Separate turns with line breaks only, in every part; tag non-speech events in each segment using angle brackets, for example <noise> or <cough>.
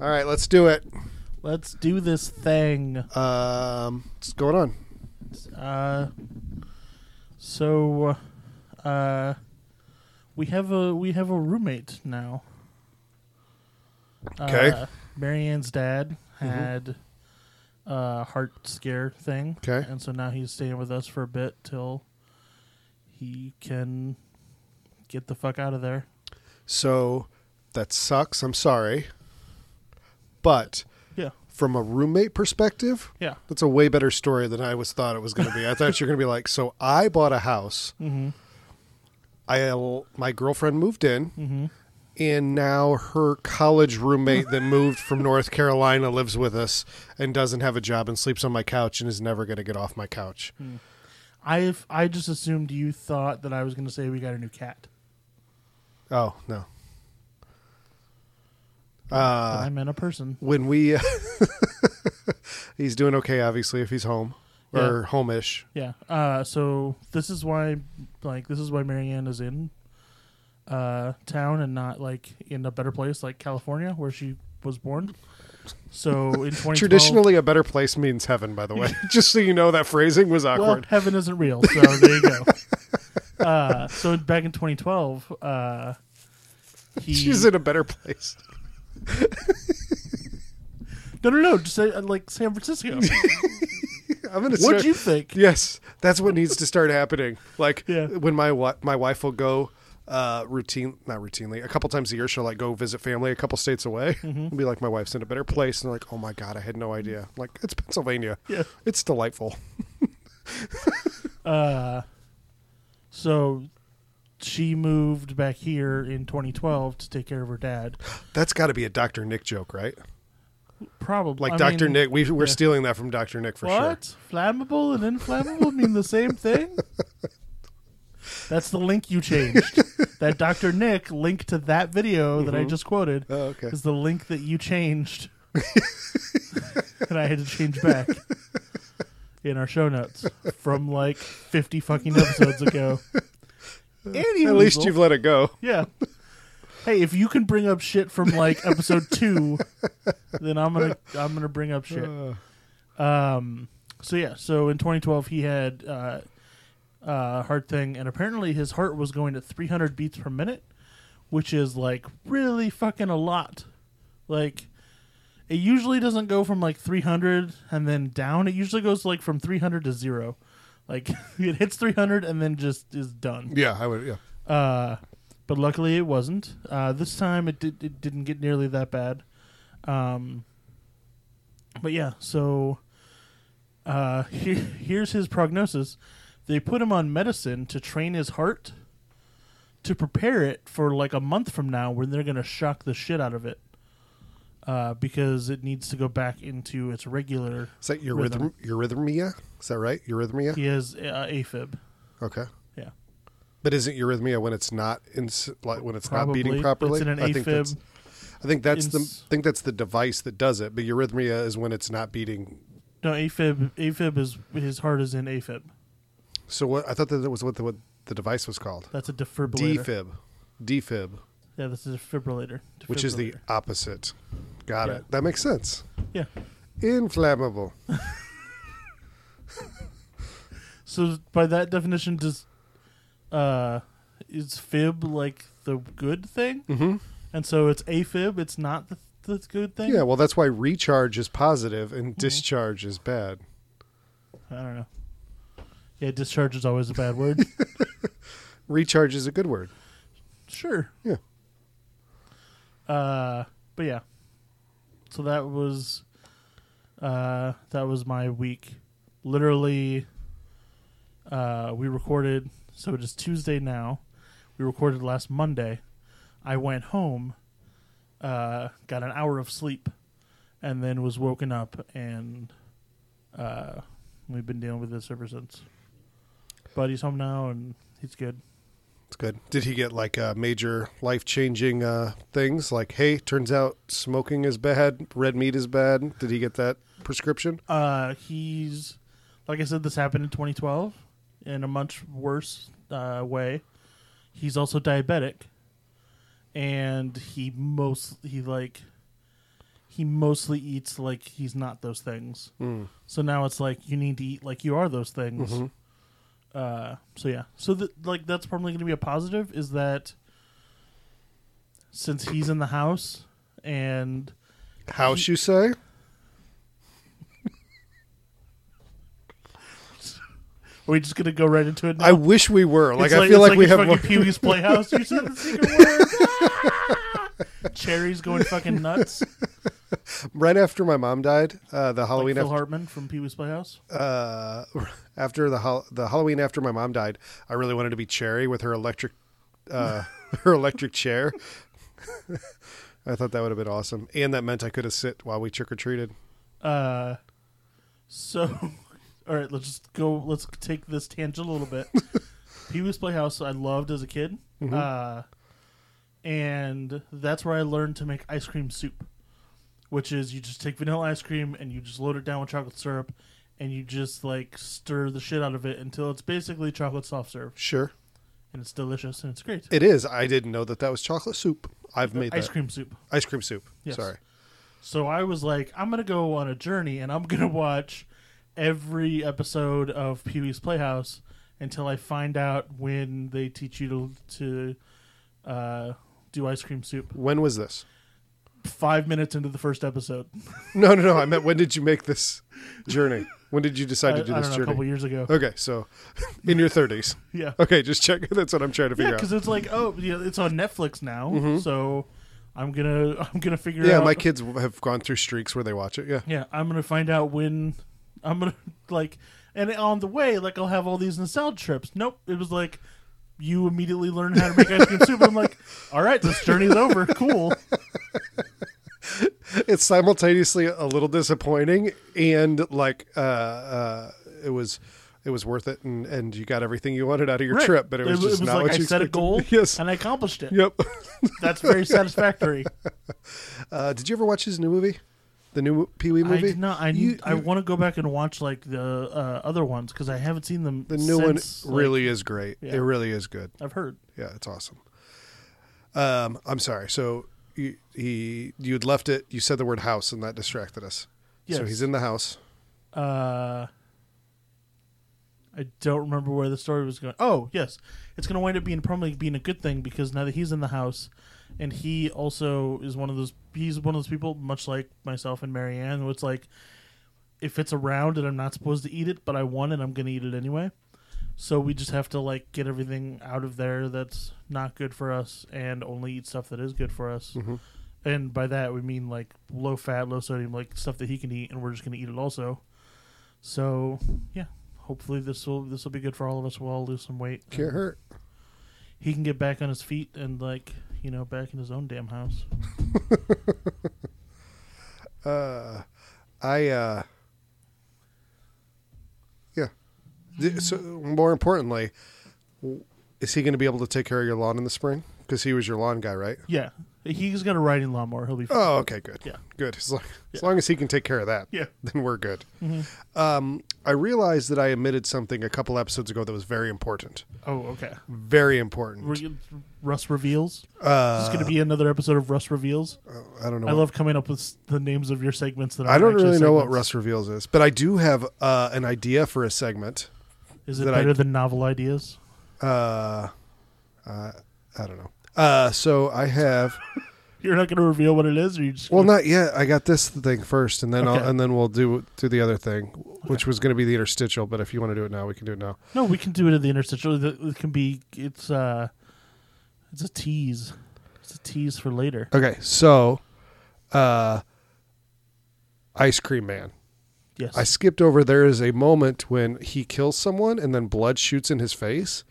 All right, let's do it.
Let's do this thing.
Um, what's going on?
Uh, so, uh, we have a we have a roommate now.
Okay. Mm-hmm.
Uh, Marianne's dad had uh, a heart scare thing.
Okay.
And so now he's staying with us for a bit till he can get the fuck out of there.
So that sucks. I'm sorry, but
Yeah.
from a roommate perspective,
Yeah.
that's a way better story than I was thought it was going to be. I thought you were going to be like, so I bought a house.
Mhm.
I uh, my girlfriend moved in,
Mhm.
and now her college roommate that moved from North Carolina lives with us and doesn't have a job and sleeps on my couch and is never going to get off my couch.
I I just assumed you thought that I was going to say we got a new cat.
Oh no.
But
Uh,
I meant a person.
when we <laughs> he's doing okay obviously if he's home or home-ish
Yeah. Uh, so this is why, like, this is why Marianne is in uh, town and not like in a better place like California where she was born. So in
<laughs>
2012,
traditionally a better place means heaven by the
<laughs>
way just so you know that phrasing was
well,
awkward
heaven isn't real. So there you go.
<laughs>
uh, so back in 2012, uh, he
she's in a better place <laughs>
no no no just say, uh, like San
<laughs>
Francisco.
i'm gonna
What'd
start
you think?
yes that's what needs to start happening like
Yeah.
when my wa- my wife will go uh routine not routinely a couple times a year she'll like go visit family a couple states away
Mm-hmm.
and be like my wife's in a better place and they're like oh my god i had no idea I'm like it's pennsylvania
Yeah.
it's delightful
Uh, so she moved back here in 2012 to take care of her dad.
that's got to be a dr nick joke right
Probably
Like
I
Dr.
mean,
Nick, we, we're
yeah.
stealing that from Dr. Nick for sure.
What? Flammable and inflammable mean the
<laughs>
same thing? That's the link you changed. that Dr. Nick link to that video that I just quoted
Oh, okay.
is the link that
<laughs>
you changed. and I had to change back in our show notes from like 50 fucking episodes ago. Any
At least
weasel-
you've let it go.
<laughs> Yeah. Hey, if you can bring up shit from like episode two, then I'm gonna I'm gonna bring up shit. Um. So yeah. So in 2012, he had uh, uh, heart thing, and apparently his heart was going to 300 beats per minute, which is like really fucking a lot. Like, it usually doesn't go from like 300 and then down. It usually goes like from 300 to zero. Like <laughs> it hits 300 and then just is done.
Yeah, I would. Yeah.
Uh, but luckily it wasn't. Uh, this time it, did, it didn't get nearly that bad. Um, but yeah, so uh, <laughs> here, here's his prognosis. They put him on medicine to train his heart to prepare it for like a month from now when they're going to shock the shit out of it. Uh, because it needs to go back into its regular.
Is that your
Rhythm.
rhythm? Eurythmia? Is that right? Eurythmia?
He has uh, AFib.
Okay.
Yeah.
But isn't eurythmia when it's not in s- like when it's not beating
It's
properly?
in an
I think that's
AFib.
I think that's the
ins-
I think that's the device that does it. But eurythmia is when it's not beating.
No, AFib. AFib is his heart is in AFib.
So what I thought that was what the, what the device was called.
That's a defibrillator.
Defib. Defib,
Yeah, that's a defibrillator.
which is the
Defibrillator.
opposite. Got
Yeah.
it. That makes sense.
yeah.
Inflammable.
So by that definition, does uh, is fib like the good thing?
Mhm.
And so it's afib. It's not the, the good thing.
Yeah, well, that's why recharge is positive
Mm-hmm.
and discharge is bad.
I don't know. Yeah, discharge is always a bad word. <laughs>
Recharge is a good word.
sure.
Yeah.
Uh, but yeah. So that was uh, that was my week. Literally, uh, we recorded. So it is Tuesday now. We recorded last Monday. I went home, uh, got an hour of sleep, and then was woken up, and uh, we've been dealing with this ever since. But he's home now, and he's good.
It's good. Did he get like uh, major life changing uh, things like, hey, turns out smoking is bad, red meat is bad? Did he get that prescription?
Uh, he's like I said, this happened in 2012 in a much worse uh, way. He's also diabetic, and he most he like he mostly eats like he's not those things.
Hmm.
So now it's like you need to eat like you are those things. Uh, so yeah, so th- like that's probably going to be a positive is that since he's in the house and
House, you say?
are we just going to go right into it? Now?
I wish we were. Like,
It's
I feel
it's
like, we
it's
have.
fucking
More, <laughs>
Pee-wee's Playhouse. You said the secret word. <laughs> Cherry's going fucking nuts.
right after my mom died, uh, the Halloween
Like Phil
after,
Hartman from Pee-wee's Playhouse.
uh, <laughs> after the hol- the Halloween after my mom died, I really wanted to be Cherry with her electric uh, <laughs> her electric chair. <laughs> I thought that would have been awesome, and that meant I could have sit while we trick or treated.
Uh, so, <laughs> all right, let's just go. Let's take this tangent a
<laughs>
little bit. Pee Wee's Playhouse, I loved as a kid,
Mm-hmm.
uh, and that's where I learned to make ice cream soup, which is you just take vanilla ice cream and you just load it down with chocolate syrup, and you just like stir the shit out of it until it's basically chocolate soft serve,
Sure,
and it's delicious and it's great.
it is. I didn't know that that was chocolate soup. I've made
Uh, ice
that.
cream soup.
ice cream soup.
Yes.
Sorry,
So I was like, I'm gonna go on a journey and I'm gonna watch every episode of Pee Wee's Playhouse until I find out when they teach you to to uh, do ice cream soup.
when was this?
Five minutes into the first episode,
No, no, no. I meant when did you make this journey? When did you
I,
decide
I
to
don't
do
know,
this
a couple
journey?
years ago.
Okay, so <laughs> in your thirties.
Yeah,
Okay, just check. <laughs> That's what I'm trying to
yeah,
figure out.
because it's like, oh, yeah, it's on Netflix now, so I'm gonna I'm gonna figure
Mm-hmm. Yeah,
out.
my kids have gone through streaks where they watch it. Yeah.
Yeah, I'm gonna find out when I'm gonna <laughs> like, and on the way, like I'll have all these nostalgia trips. Nope, it was like you immediately learn how to make ice cream soup. I'm like, <laughs> all right, this journey's over.
<laughs>
Cool.
It's simultaneously a little disappointing and like uh, uh, it was it was worth it and, and you got everything you wanted out of your
Right.
trip, but it was just not
like
what
I
you
set a
expected.
goal,
<laughs> Yes.
and I accomplished it.
Yep.
That's very
<laughs>
satisfactory.
Uh, did you ever watch his new movie? The new Pee Wee
I
movie?
did not. I
You-
need. I
you-
want to go back and watch like the uh, other ones because I haven't seen them.
the new
since,
one
like,
really is great.
Yeah.
It really is good.
I've heard.
Yeah, it's awesome. Um, I'm sorry. So you, he you had left it. You said the word house, and that distracted us. So
Yes.
he's in the house.
uh I don't remember where the story was going. Oh, yes. It's going to wind up being probably being a good thing because now that he's in the house and he also is one of those he's one of those people much like myself and Marianne where it's like if it's around and I'm not supposed to eat it, but I want it, I'm going to eat it anyway. So we just have to like get everything out of there that's not good for us and only eat stuff that is good for us. And by that we mean like low fat, low sodium, like stuff that he can eat and we're just going to eat it also. So yeah, hopefully this will this will be good for all of us. We'll all lose some weight.
Can't hurt.
He can get back on his feet and like you know back in his own damn house.
Uh, I uh, yeah. Th- So more importantly, w- is he going to be able to take care of your lawn in the spring? Because he was your lawn guy, right?
Yeah, he's got a riding lawnmower. He'll be fine.
Oh, okay, good.
Yeah.
good. As long, as
Yeah.
long as he can take care of that,
Yeah. Mm-hmm.
then we're good. Um, I realized that I omitted something a couple episodes ago that was very important.
oh okay.
Very important.
We're, Russ reveals.
Uh,
This is going to be another episode of Russ reveals.
I don't know.
I
what-
love coming up with s- the names of your segments that
I
aren't
don't
actually
really know what
segments.
Russ reveals is, but I do have uh, an idea for a segment.
is. It
that I-
better than novel ideas? <laughs>
Uh, uh, I don't know. Uh, so I have.
You're not going to reveal what it is, or you just
Well, not yet. I got this thing first, and then
Okay.
I'll, and then we'll do do the other thing, which was going to be the interstitial. But if you want to do it now, we can do it now.
no. We can do it at the interstitial. It it can be. It's uh, it's a tease. It's a tease for later.
Okay. So, uh, Ice Cream Man.
Yes.
I skipped over. There is a moment when he kills someone, and then blood shoots in his face,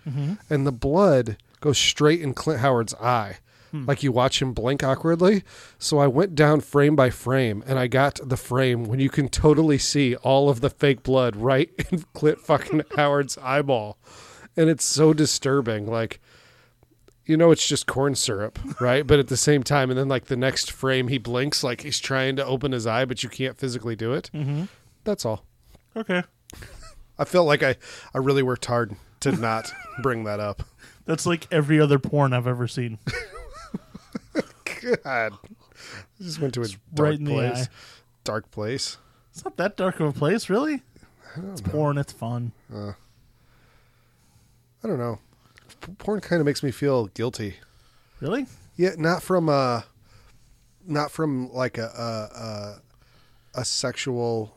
and the blood goes straight in Clint Howard's eye, like you watch him blink awkwardly. So I went down frame by frame, and I got the frame when you can totally see all of the fake blood right <laughs> in Clint fucking Howard's eyeball, and it's so disturbing. Like. You know it's just corn syrup, right? But at the same time, and then like the next frame, he blinks like he's trying to open his eye, but you can't physically do it. That's all.
Okay.
I felt like I, I really worked hard to not <laughs> bring that up.
That's like every other porn I've ever seen.
God. I just went to a
It's
dark
right in the
place.
eye.
Dark place.
<laughs> It's not that dark of a place, really. It's porn. It's fun.
I don't know. P- Porn kind of makes me feel guilty.
Really?
Yeah, not from a, not from like a a, a, a sexual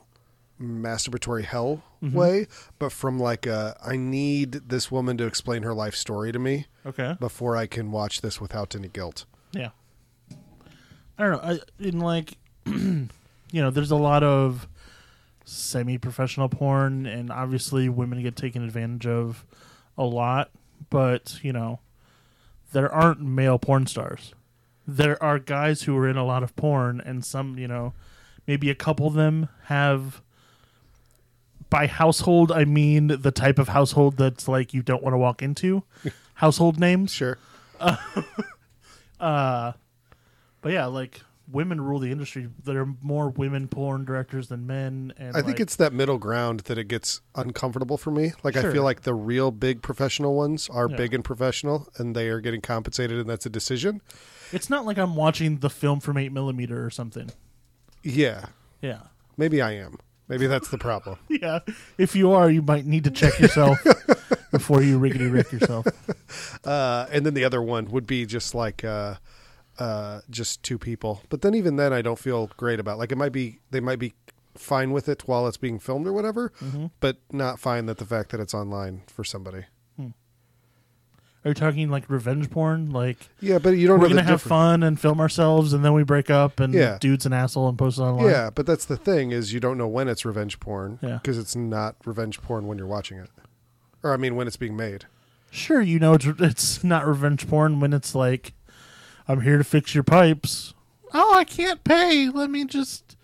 masturbatory hell
Mm-hmm.
way, but from like a I need this woman to explain her life story to me
Okay.
before I can watch this without any guilt.
Yeah. I don't know. I in like <clears throat> you know, there's a lot of semi-professional porn and obviously women get taken advantage of a lot, but you know, there aren't male porn stars. There are guys who are in a lot of porn and some, you know, maybe a couple of them have by household I mean the type of household that's like you don't want to walk into. household names.
Sure.
But yeah, like women rule the industry. There are more women porn directors than men, and
I think
like-
it's that middle ground that it gets uncomfortable for me. Like I
Sure.
feel like the real big professional ones are
Yeah.
big and professional, and they are getting compensated, and that's a decision.
it's not like I'm watching the film from eight millimeter or something.
Yeah,
Yeah, <laughs>
maybe I am. Maybe that's the problem.
yeah. If you are, you might need to
<laughs>
check yourself before you riggedy wreck yourself.
Uh, and then the other one would be just like uh, uh, just two people. But then even then, I don't feel great about. Like it might be they might be fine with it while it's being filmed or whatever,
Mm-hmm.
but not fine that the fact that it's online for somebody.
Are you talking like revenge porn? Like
Yeah, but you don't
we're
know
gonna
the
have
difference.
fun and film ourselves, and then we break up, and
Yeah.
dude's an asshole and post it online.
Yeah, but that's the thing is you don't know when it's revenge porn
Yeah.
because it's not revenge porn when you're watching it, or I mean when it's being made.
Sure, you know it's, it's not revenge porn when it's like, I'm here to fix your pipes. Oh, I can't pay. Let me just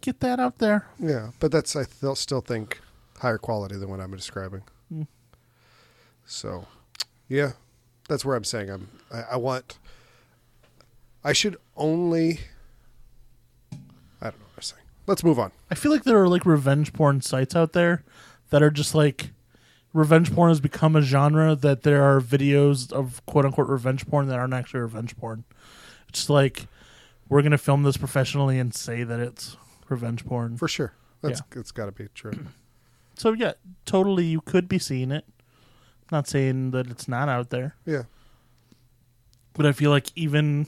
get that out there.
Yeah, but that's I th- still think higher quality than what I'm describing. So, yeah, that's where I'm saying I'm. I, I want. I should only. I don't know what I'm saying. Let's move on.
I feel like there are like revenge porn sites out there that are just like revenge porn has become a genre that there are videos of quote unquote revenge porn that aren't actually revenge porn. It's just like we're gonna film this professionally and say that it's revenge porn.
For sure. That's it's got to be true.
So yeah, totally you could be seeing it. Not saying that it's not out there.
Yeah.
But I feel like even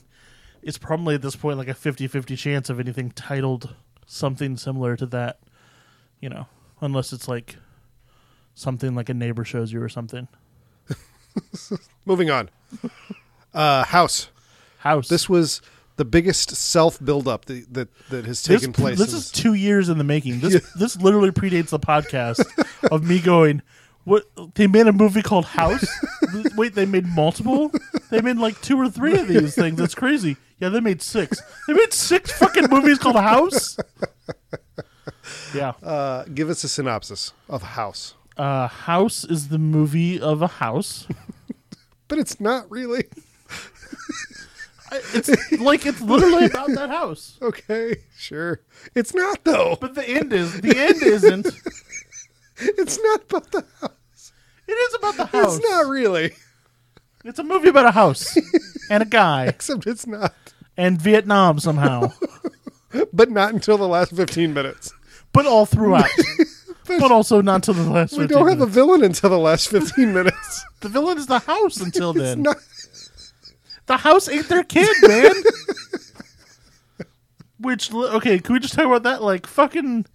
it's probably at this point like a 50-50 chance of anything titled something similar to that, you know, unless it's like something like a neighbor shows you or something.
<clears throat> Moving on. <laughs> Uh, house.
House.
This was the biggest self buildup that, that that has
This-
taken place.
This
in
is 2 years in the making. This this literally predates the podcast of me going what they made a movie called House? Wait, they made multiple? They made like two or three of these things. That's crazy. Yeah, they made six. They made six fucking movies called House. Yeah.
Uh, give us a synopsis of House,
uh, House is the movie of a house.
but it's not really
<laughs>
<laughs>
I- It's like it's literally about that house.
okay. Sure, it's not though.
But the end is the end isn't. It
<laughs> It's not about the house.
is about the
It's
house. <laughs> It's,
not really, <laughs>
a movie about a <laughs> house and a guy
except it's not.
and Vietnam somehow,
But not until the last fifteen minutes.
but all throughout. <laughs> But also not till the last.
We don't have a villain until the last fifteen
<laughs>
minutes.
the villain is the house until then.
Not-
The house ate their kid, man. Which l- okay, can we just talk about that? Like fucking,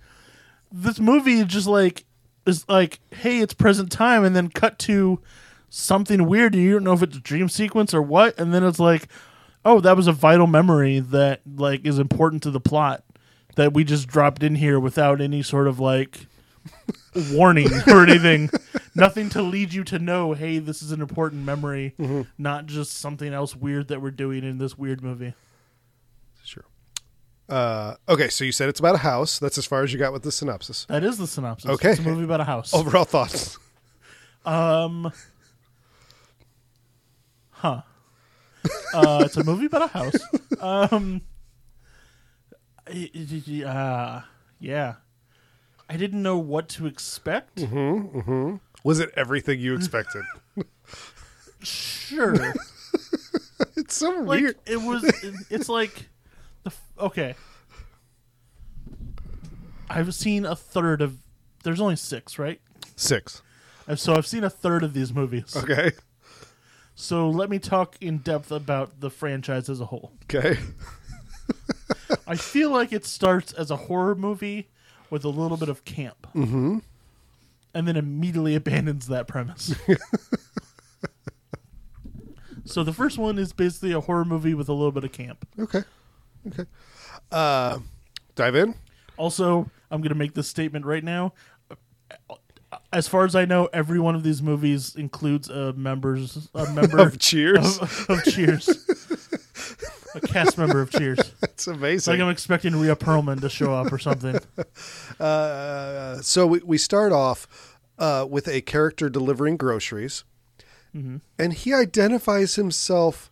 this movie is just like is like, hey, it's present time, and then cut to something weird. and You don't know if it's a dream sequence or what, and then it's like, oh, that was a vital memory that like is important to the plot that we just dropped in here without any sort of like warning or anything. Nothing to lead you to know, hey, this is an important memory,
Mm-hmm.
not just something else weird that we're doing in this weird movie.
sure. Uh, okay, so you said it's about a house. That's as far as you got with the synopsis.
That is the synopsis.
Okay.
It's a movie about a house.
Overall thoughts. <laughs>
Uh, it's a movie
<laughs>
about a house. Um, I- I- I- uh, yeah. I didn't know what to expect.
Mm-hmm. Was it everything you
<laughs>
expected?
Sure.
it's so <laughs>
like
weird.
it was it's like The f- okay. I've seen a third of. There's only six, right?
Six.
And So I've seen a third of these movies.
Okay.
So let me talk in depth about the franchise as a whole.
Okay.
I feel like it starts as a horror movie with a little bit of camp. Mm-hmm. And then immediately abandons that premise. <laughs> so the first one is basically a horror movie with a little bit of camp.
Okay. Okay. Uh, dive in. <laughs>
Also, I'm going to make this statement right now. As far as I know, every one of these movies includes a members a member
Of
<laughs>
Cheers.
of, of Cheers, a cast member of Cheers.
That's
It's like
amazing.
I'm expecting Rhea Perlman to show up or something.
Uh, so we, we start off uh, with a character delivering groceries,
Mm-hmm.
and he identifies himself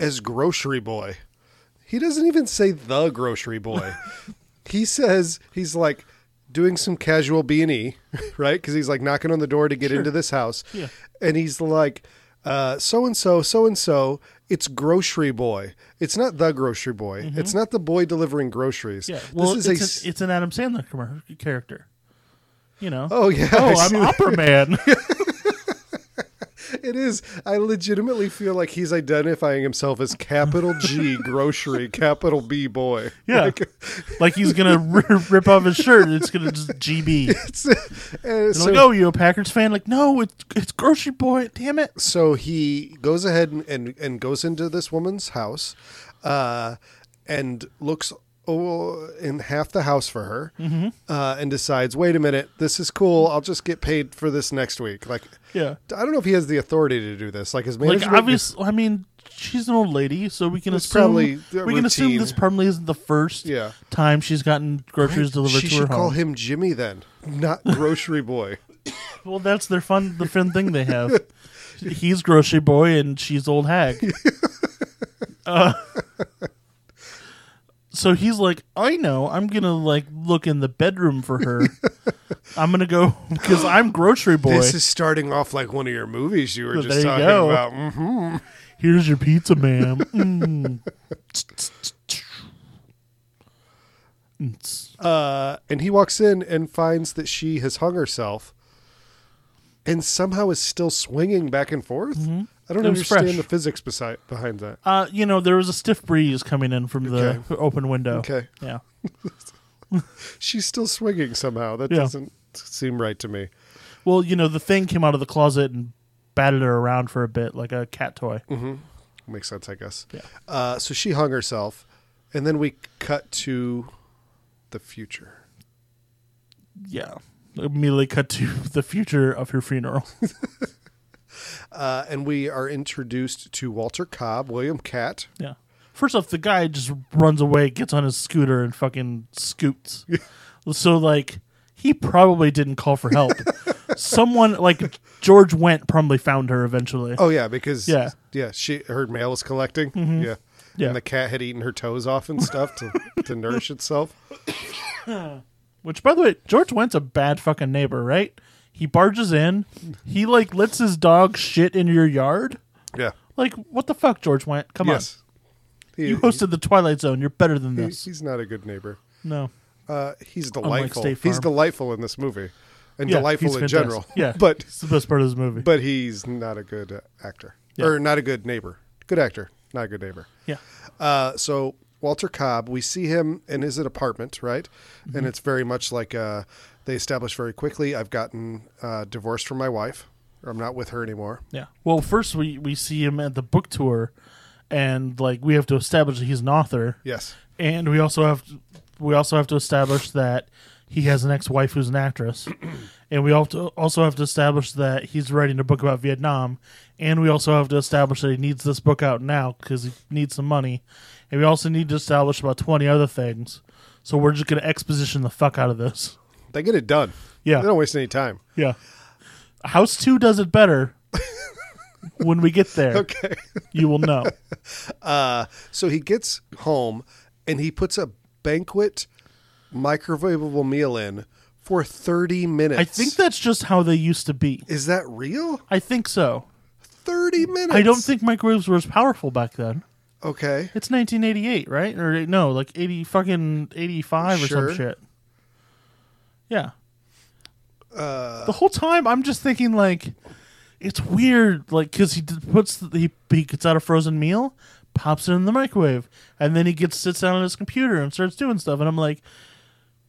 as grocery boy. He doesn't even say the grocery
<laughs>
boy. he says he's like doing some casual B and E, <laughs> right? Because he's like knocking on the door to get into this house,
Yeah.
and he's like, "So and so, so and so." It's grocery boy. It's not the grocery boy. It's not the boy delivering groceries.
<laughs> Mm-hmm. Yeah, well,
this is
it's,
a
an- it's an Adam Sandler commer- character. You know.
Oh yeah,
Oh,
I
I'm
see
Opera Man. <laughs>
that. it is. I legitimately feel like he's identifying himself as capital
<laughs>
G grocery, capital B boy.
yeah, like he's gonna r- rip off his shirt and it's gonna
<laughs>
just GB.
It's, uh,
They're
so,
like, oh, you a Packers fan? Like, no, it's it's grocery boy. Damn it.
so he goes ahead and, and, and goes into this woman's house, uh, and looks oh, in half the house for her,
Mm-hmm.
uh, and decides, wait a minute, this is cool. I'll just get paid for this next week. Like,
Yeah.
I don't know if he has the authority to do this. Like his
Like,
management.
obvious. I mean, she's an old lady, so we can
It's
assume
probably
we
the
can assume
routine.
this probably isn't the first
Yeah.
time she's gotten groceries delivered
she
to her
should
home.
call him Jimmy then,
<laughs>
not grocery boy.
Well, that's their fun, the fun thing they
<laughs>
have. He's grocery boy and she's old hag. Uh, so he's like, I know, I'm gonna like look in the bedroom for
<laughs>
her. I'm gonna go because I'm grocery boy.
This is starting off like one of your movies you were
Well,
just
there
talking
you go.
about. Mhm.
Here's your pizza, ma'am.
<laughs>
Mm. Mm.
Uh, and he walks in and finds that she has hung herself and somehow is still swinging back and forth. I don't
Mm-hmm. It was
understand
fresh.
the physics besi- behind that.
Uh, you know, there was a stiff breeze coming in from the
Okay.
open window.
Okay.
Yeah.
She's still swinging somehow. That
Yeah.
doesn't seem right to me.
Well, you know, the thing came out of the closet and batted her around for a bit like a cat toy.
Makes sense, I guess.
Yeah.
Uh, so she hung herself. And then we cut to the future.
Yeah. Immediately cut to <laughs> the future of her funeral. <laughs>
Uh, and we are introduced to Walter Cobb, William Catt.
Yeah. First off, the guy just runs away, gets on his scooter, and fucking
<laughs>
scoots. so, like, he probably didn't call for
<laughs>
help. Someone, like, George Went probably found her eventually.
Oh yeah, because
Yeah. Mm-hmm.
yeah, she her mail was collecting. Yeah.
Yeah.
And the cat had eaten her toes off and stuff
<laughs>
to, to nourish itself.
Which, by the way, George Went's a bad fucking neighbor, right? He barges in, he, like, lets his dog shit in your yard.
Yeah.
Like, what the fuck, George Went? Come on.
yes. He,
You hosted the Twilight Zone. You're better than
he-
this.
he's not a good neighbor.
No.
Uh, he's
Unlike
delightful.
State
He's
Farm.
delightful in this movie, and
Yeah,
delightful
he's
in
fantastic.
general.
Yeah,
<laughs> But
it's the best part of this movie.
but he's not a good uh, actor
Yeah.
or not a good neighbor. Good actor, not a good neighbor.
yeah,
Uh, so Walter Cobb, we see him in his apartment, right?
Mm-hmm.
And it's very much like uh, they establish very quickly. I've gotten uh, divorced from my wife. or I'm not with her anymore.
yeah. Well, first we we see him at the book tour, and like we have to establish that he's an author,
Yes.
and we also have to, we also have to establish that he has an ex-wife who's an actress, and we also also have to establish that he's writing a book about Vietnam, and we also have to establish that he needs this book out now because he needs some money, and we also need to establish about twenty other things. So we're just gonna exposition the fuck out of this.
They get it done.
Yeah.
They don't waste any time.
<laughs> Yeah. House 2 does it better. when we get there,
Okay.
you will know.
<laughs> Uh, so he gets home and he puts a banquet microwavable meal in for 30 minutes.
I think that's just how they used to be.
Is that real?
I think so.
30 minutes.
I don't think microwaves were as powerful back then.
Okay.
It's 1988, right? Or no, like 80 fucking 85 or
Sure.
some shit. Yeah.
Uh,
The whole time I'm just thinking like it's weird like cuz he d- puts the, he, he gets out a frozen meal, pops it in the microwave, and then he gets sits down on his computer and starts doing stuff and I'm like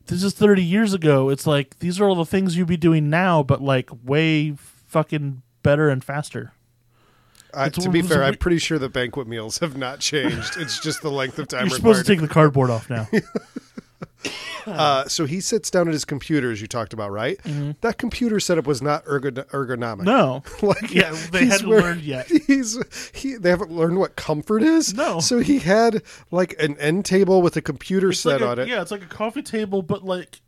this is 30 years ago. It's like these are all the things you'd be doing now but like way fucking better and faster.
I,
It's
Uh, to
one
be
of those
fair,
we-
I'm pretty sure the banquet meals have not changed. It's just the length of time
You're supposed
required.
to take the cardboard
<laughs>
off now.
uh, so he sits down at his computer, as you talked about, right? That computer setup was not ergon- ergonomic.
Mm-hmm. no.
<laughs> like
Yeah, they
he's
hadn't
wear-
learned yet.
He's he. They haven't learned what comfort is.
No.
So he had like an end table with a computer
It's
set
like a-
on it.
Yeah, it's like a coffee table, but like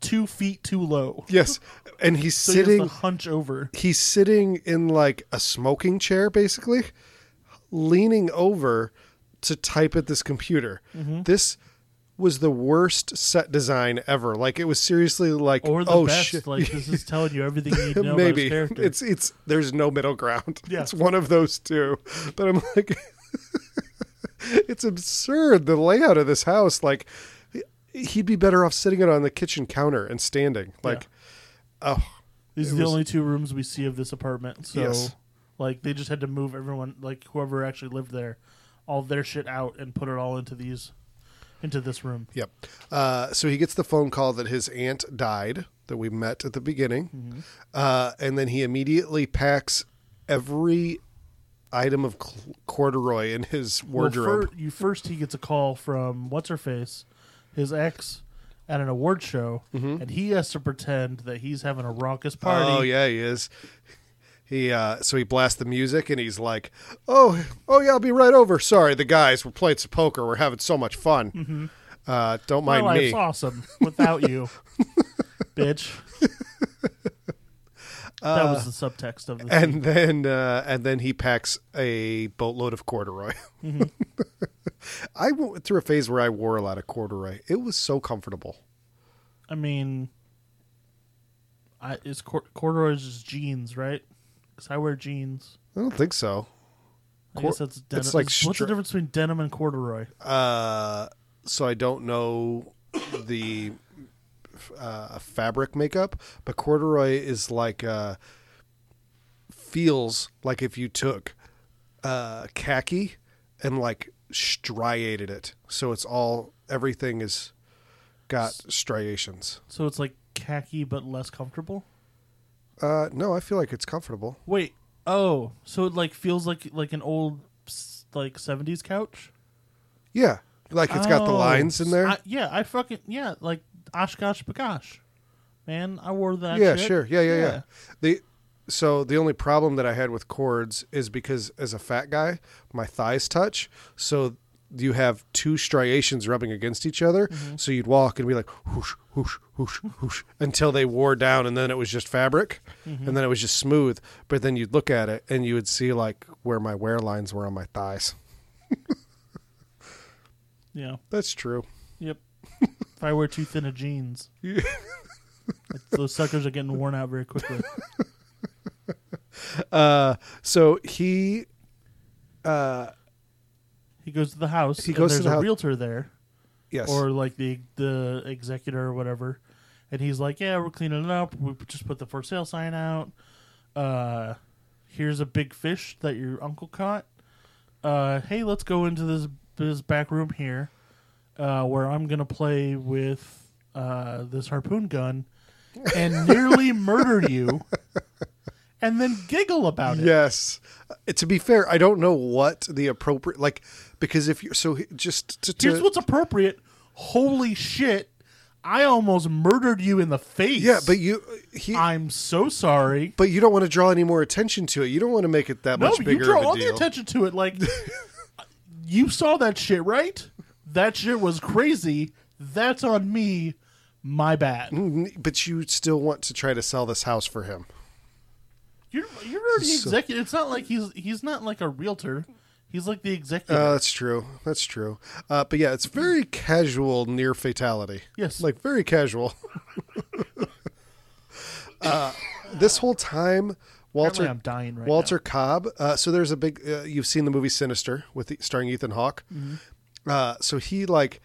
two feet too low.
Yes, and he's
So you
sitting.
have to hunch over.
he's sitting in like a smoking chair, basically, leaning over to type at this computer.
Mm-hmm.
This was the worst set design ever. Like it was seriously like
Or the
oh
best,
shit. <laughs>
like this is telling you everything you need to know about
Maybe
his character.
it's it's there's no middle ground.
Yeah.
It's one of those two. But I'm like, <laughs> it's absurd the layout of this house. Like, he'd be better off sitting it on the kitchen counter and standing. Like, oh,
These
it
are the
was-
only two rooms we see of this apartment. So
Yes.
like they just had to move everyone like whoever actually lived there, all their shit out and put it all into these into this room.
Yep. Uh, so he gets the phone call that his aunt died that we met at the beginning,
Mm-hmm.
uh, and then he immediately packs every item of cl- corduroy in his wardrobe.
Well, fir- you first he gets a call from what's her face, his ex, at an award show, and he has to pretend that he's having a raucous party.
Mm-hmm. Oh yeah, he is. He uh, so he blasts the music and he's like, "Oh, oh yeah, I'll be right over. Sorry, the guys were playing some poker. We're having so much fun.
Mm-hmm.
Uh, don't
My
mind me."
life's awesome
<laughs>
without you, bitch. that was the subtext of this.
Uh, and then uh, and then he packs a boatload of corduroy. <laughs> I went through a phase where I wore a lot of corduroy. It was so comfortable.
I mean, I, it's cor- corduroys is jeans, right? Because I wear jeans.
I don't think so.
I
Cor-
guess that's denim.
it's like
what's
stra-
the difference between denim and corduroy?
Uh, so I don't know the uh, fabric makeup, but corduroy is like uh, feels like if you took uh, khaki and like striated it, so it's all everything is got striations.
So it's like khaki but less comfortable.
Uh, no, I feel like it's comfortable.
Wait. Oh, so it like feels like like an old s- like seventies couch.
Yeah, like it's got the
Oh,
lines in there.
I- yeah, I fucking yeah, like Oshkosh Bagosh. Man, I wore that.
yeah,
shit.
sure. Yeah, yeah, yeah, The so the only problem that I had with cords is because as a fat guy, my thighs touch, so you have two striations rubbing against each other.
Mm-hmm.
So you'd walk and be like whoosh, whoosh, whoosh, whoosh until they wore down, and then it was just fabric,
Mm-hmm.
and then it was just smooth. But then you'd look at it and you would see like where my wear lines were on my thighs.
Yeah.
That's true.
Yep. if I wear too thin
<laughs>
of jeans, those suckers are getting worn out very quickly.
Uh, so he
He goes to the house.
He
and
goes to
there's
the
a
house-
realtor there,
yes
or like the the executor or whatever, and he's like, "Yeah, we're cleaning it up. We just put the for sale sign out. Uh, here's a big fish that your uncle caught. Uh, hey, let's go into this this back room here, uh, where I'm gonna play with uh this harpoon gun,
<laughs>
and nearly murder you." And then giggle about it.
Yes. Uh, To be fair, I don't know what the appropriate like because if you so he- just to, to
Here's what's appropriate. Holy shit. I almost murdered you in the face.
yeah, but you he
I'm so sorry.
but you don't want to draw any more attention to it. You don't want to make it that
No,
much
but
bigger
you draw
of a
all
deal.
the attention to it.
<laughs>
Like, you saw that shit, right? That shit was crazy. That's on me. My bad.
Mm, But you still want to try to sell this house for him.
You're you're already
So-
executive. It's not like he's he's not like a realtor. He's like the executive.
Uh, that's true. That's true. Uh, but yeah, it's very casual near fatality.
Yes.
Like very <laughs> casual. uh, this whole time
Apparently
Walter
I'm dying right
Walter Cobb. Uh, so there's a big. Uh, you've seen the movie Sinister with the, starring Ethan Hawke.
Mm-hmm.
Uh, so he like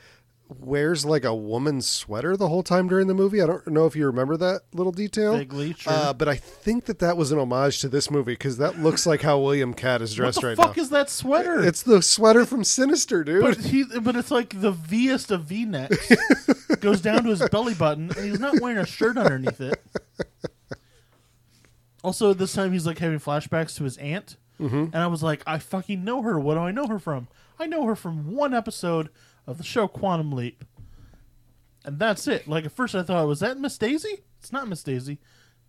wears like a woman's sweater the whole time during the movie. I don't know if you remember that little
now.
detail.
Vaguely, sure.
Uh, but I think that that was an homage to this movie because that looks like how William Cat is
what
dressed
the
right
fuck
now.
is that sweater?
it's the sweater from Sinister, dude.
but he, but it's like the V-est of V-necks. goes down to his belly button, and he's not wearing a shirt underneath it. Also, this time he's like having flashbacks to his aunt, and I was like, I fucking know her. What do I know her from? I know her from one episode of the show Quantum Leap, and that's it. Like at first, I thought, was that Miss Daisy? It's not Miss Daisy.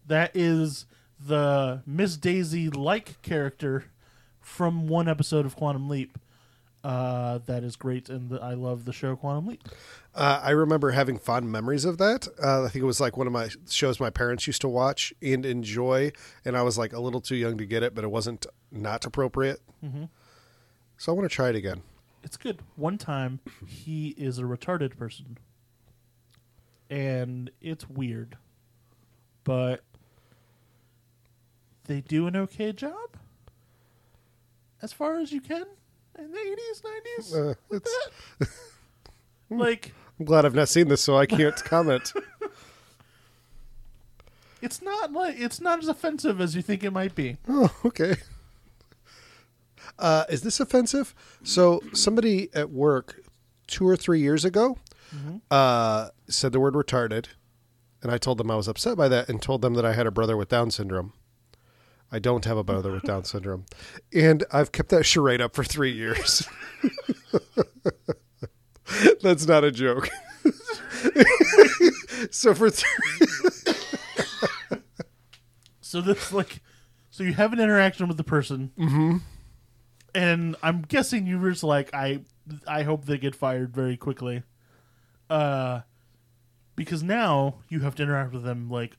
That is the Miss Daisy like character from one episode of Quantum Leap. Uh, that is great, and the, I love the show Quantum Leap.
Uh, I remember having fond memories of that. Uh, I think it was like one of my shows my parents used to watch and enjoy, and I was like a little too young to get it, but it wasn't not appropriate. So I want to try it again.
It's good. One time, he is a retarded person, and it's weird, but they do an okay job as far as you can in the eighties, nineties.
Uh, it's,
<laughs> like
I'm glad I've not seen this, so I can't comment.
it's not like it's not as offensive as you think it might be.
Oh, okay. Uh, is this offensive? So somebody at work two or three years ago uh, said the word retarded, and I told them I was upset by that, and told them that I had a brother with Down syndrome. I don't have a brother with Down syndrome, and I've kept that charade up for three years. <laughs> That's not a joke. <laughs> so for three,
So this like, so you have an interaction with the person, mm-hmm. and I'm guessing you were just like, I, I hope they get fired very quickly, uh, because now you have to interact with them like,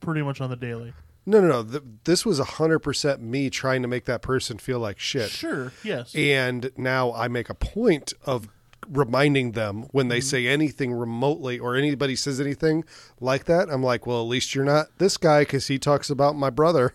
pretty much on the daily.
no, no, no. Th- this was hundred percent me trying to make that person feel like shit.
Sure. Yes.
and now I make a point of reminding them when they say anything remotely or anybody says anything like that. I'm like, well, at least you're not this guy because he talks about my brother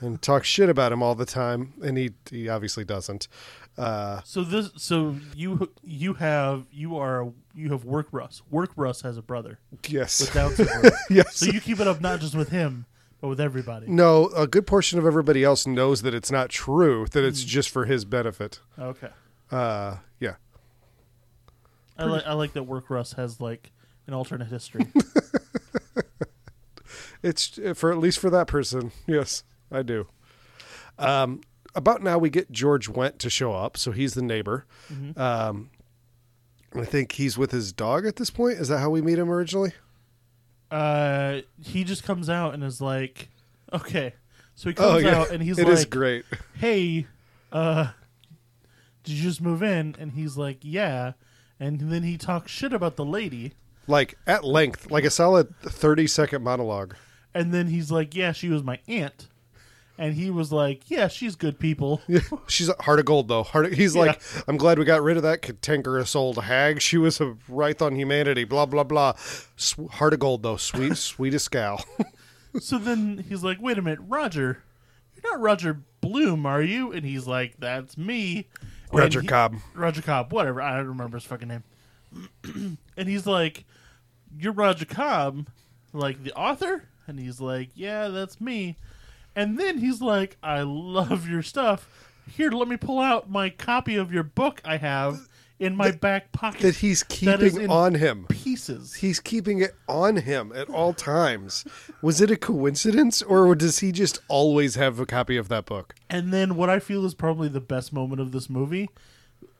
and talks shit about him all the time, and he he obviously doesn't. Uh,
So this, so you, you have, you are, you have work Russ. Work Russ has a brother
yes,
with
<laughs>
Down syndrome.
yes.
so you keep it up not just with him, but with everybody.
no, a good portion of everybody else knows that it's not true. That it's just for his benefit.
Okay.
Uh, yeah.
I like, I like that work Russ has like an
<laughs>
alternate history.
It's uh, for at least for that person. <laughs> Yes, I do. Um, about now, we get George Went to show up, so he's the neighbor.
Mm-hmm.
Um, I think he's with his dog at this point. Is that how we meet him originally?
uh, he just comes out and is like, okay. So
Oh,
he <laughs> comes
yeah.
out and he's
It is
like,
great.
hey, uh, did you just move in? And he's like, yeah. And then he talks shit about the lady.
Like at length, like a solid thirty-second monologue. <laughs>
And then he's like, yeah, she was my aunt. And he was like, yeah, she's good people.
She's a heart of gold, though. Heart. Of, he's like, I'm glad we got rid of that cantankerous old hag. She was a wraith on humanity. Blah blah blah. Sw- heart of gold, though. Sweet, <laughs> sweetest gal.
so then he's like, wait a minute, Roger, you're not Roger Bloom, are you? And he's like, that's me. And
Roger
he-
Cobb.
Roger Cobb, whatever. I don't remember his fucking name. <clears throat> and he's like, "You're Roger Cobb, like the author?" And he's like, "Yeah, that's me." And then he's like, "I love your stuff. Here, let me pull out my copy of your book I have in my back pocket."
That <laughs> he's
That is
keeping
in
on him.
pieces.
he's keeping it on him at all times. Was it a coincidence, or does he just always have a copy of that book?
And then what I feel is probably the best moment of this movie.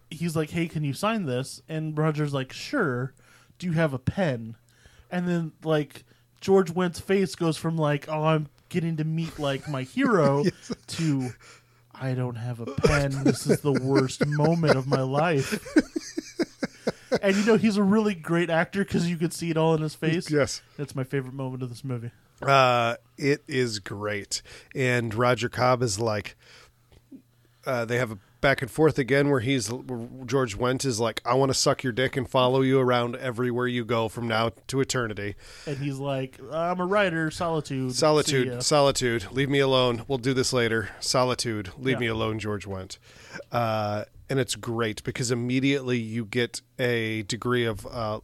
He's like, "Hey, can you sign this?" And Roger's like, "Sure. Do you have a pen?" And then like George Wendt's face goes from like, "Oh, I'm getting to meet
<laughs>
like my hero," to "I don't have a pen. This is the worst moment of my
<laughs>
life." and you know he's a really great actor because you could see it all in his face.
Yes.
that's my favorite moment of this movie.
Uh, it is great. And Roger Cobb is like, uh, they have a back and forth again where he's where George Wendt is like, I want to suck your dick and follow you around everywhere you go from now to eternity.
and he's like, "I'm a writer, solitude, E
Solitude,
See uh, ya."
solitude, leave me alone. We'll do this later. Solitude, leave
Yeah.
me alone, George Wendt. Uh, and it's great because immediately you get a degree of uh,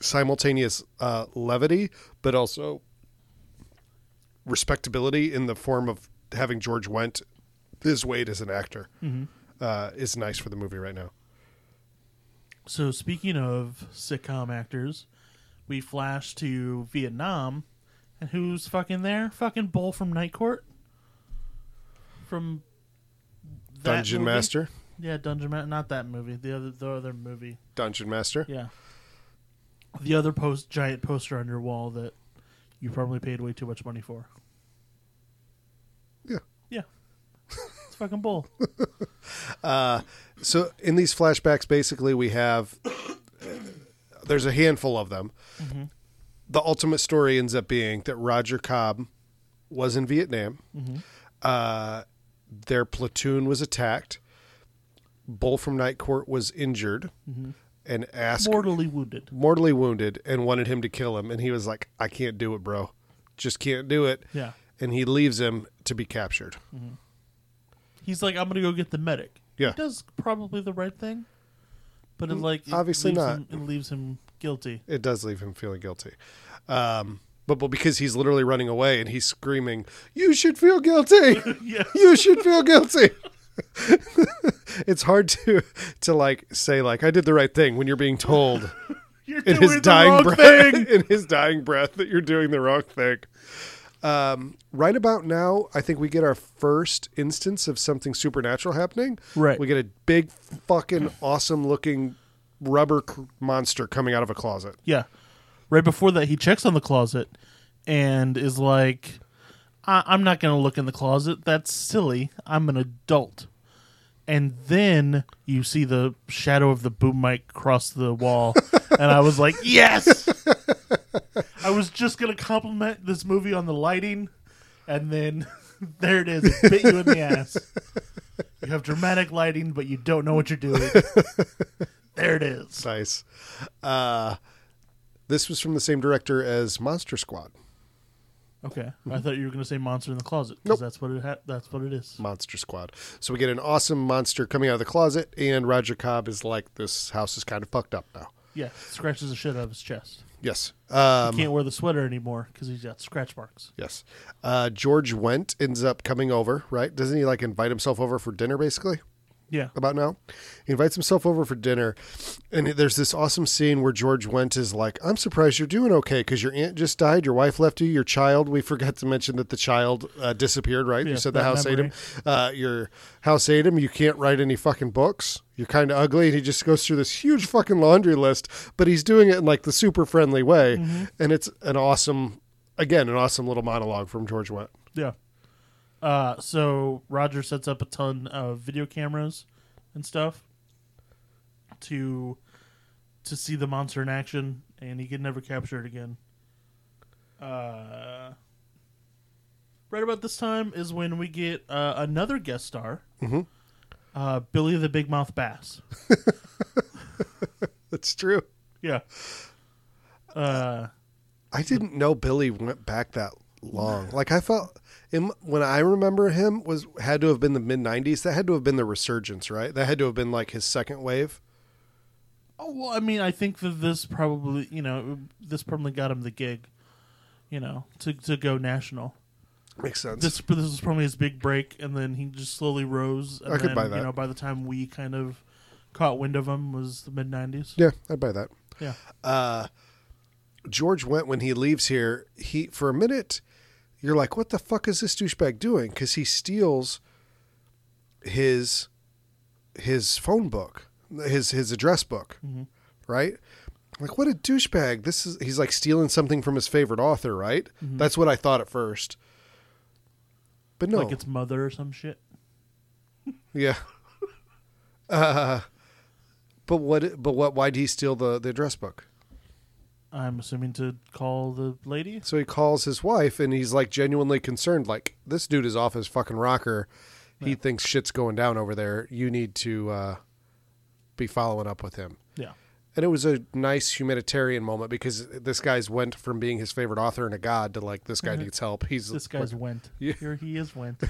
simultaneous uh, levity, but also respectability in the form of having George Wendt his weight as an actor.
Mm-hmm.
Uh, is nice for the movie right now.
So speaking of sitcom actors, we flash to Vietnam, and who's fucking there? Fucking Bull from Night Court, from that
Dungeon
movie?
Master,
Yeah, Dungeon Master. Not that movie. The other, the other movie.
Dungeon Master.
Yeah. The other post giant poster on your wall that you probably paid way too much money for.
Yeah.
Yeah. It's fucking
<laughs>
bull.
so in these flashbacks basically we have there's a handful of them
Mm-hmm.
the ultimate story ends up being that roger cobb was in vietnam
Mm-hmm.
uh, their platoon was attacked bull from night court was injured and asked
Mm-hmm. Mortally wounded.
mortally wounded and wanted him to kill him and he was like i can't do it bro just can't do it
Yeah.
and he leaves him to be captured
He's like, I'm gonna go get the medic.
Yeah. Mm,
He does probably the right thing. But it like it
obviously
leaves
not.
him- it leaves him
<laughs>
guilty.
it does leave him feeling guilty. Um, but, but because he's literally running away and he's screaming, "You should feel guilty!
<laughs> Yeah.
<laughs> You should feel guilty!" <laughs> it's hard to to like say like I did the right thing when you're being
<laughs>
told
You're
in
doing
his
the
dying
wrong
breath
thing.
<laughs> in his dying breath that you're doing the wrong thing. Um, right about now, I think we get our first instance of something supernatural happening.
Right.
we get a big fucking awesome looking rubber c- monster coming out of a closet.
Yeah. Right before that, he checks on the closet and is like, I- I'm not going to look in the closet. That's silly. I'm an adult. And then you see the shadow of the boom mic cross the wall. and I was like, yes! I was just going to compliment this movie on the lighting. And then <laughs> there it is. It bit you in the ass. You have dramatic lighting, but you don't know what you're doing. there it is.
Nice. Uh, this was from the same director as Monster Squad.
Okay, I thought you were going to say monster in the closet
Nope.
because that's what it ha- that's what it is.
Monster Squad. So we get an awesome monster coming out of the closet, and Roger Cobb is like, "This house is kind of fucked up now."
Yeah, scratches the shit out of his chest.
Yes. Um,
Can't wear the sweater anymore because he's got scratch marks.
yes. Uh, George Wendt ends up coming over, right? Doesn't he like invite himself over for dinner, basically?
Yeah,
about now. He invites himself over for dinner, and there's this awesome scene where George Wendt is like, "I'm surprised you're doing okay because your aunt just died, your wife left you, your child. We forgot to mention that the child uh, disappeared. Right?
Yeah,
you said the
that
house ate
memory.
him. Uh, your house ate him. You can't write any fucking books. You're kind of ugly." And he just goes through this huge fucking laundry list, but he's doing it in like the super friendly way,
Mm-hmm.
and it's an awesome, again, an awesome little monologue from George Wendt.
yeah. Uh, so Roger sets up a ton of video cameras and stuff to to see the monster in action, and he could never capture it again. Uh, right about this time is when we get uh, another guest star,
Mhm.
uh, Billy the Big Mouth Bass.
That's true.
Yeah. Uh,
I didn't know Billy went back that long. Like I felt him when I remember him was had to have been the mid '90s. That had to have been the resurgence, right? That had to have been like his second wave.
oh, well, I mean, I think that this probably, you know, this probably got him the gig, you know, to, to go national.
Makes sense.
This but this was probably his big break, and then he just slowly rose. And
I could
then,
buy that.
You know, by the time we kind of caught wind of him was the mid '90s.
yeah, I'd buy that. Uh,
Yeah.
George went when he leaves here. He for a minute, you're like, what the fuck is this douchebag doing? Because he steals his his phone book, his his address book,
Mm-hmm.
right? Like what a douchebag! This is he's like stealing something from his favorite author, right?
Mm-hmm.
That's what I thought at first. But no,
Like its mother or some shit.
yeah. <laughs> Uh, but what? But what? Why did he steal the the address book?
I'm assuming to call the lady.
So he calls his wife and he's like genuinely concerned, like, this dude is off his fucking rocker. he thinks shit's going down over there. You need to uh, be following up with him.
Yeah.
And it was a nice humanitarian moment because this guy's went from being his favorite author and a god to like this guy needs help. He's
Uh-huh.
<laughs>
This guy's went.
Yeah.
Here he is went.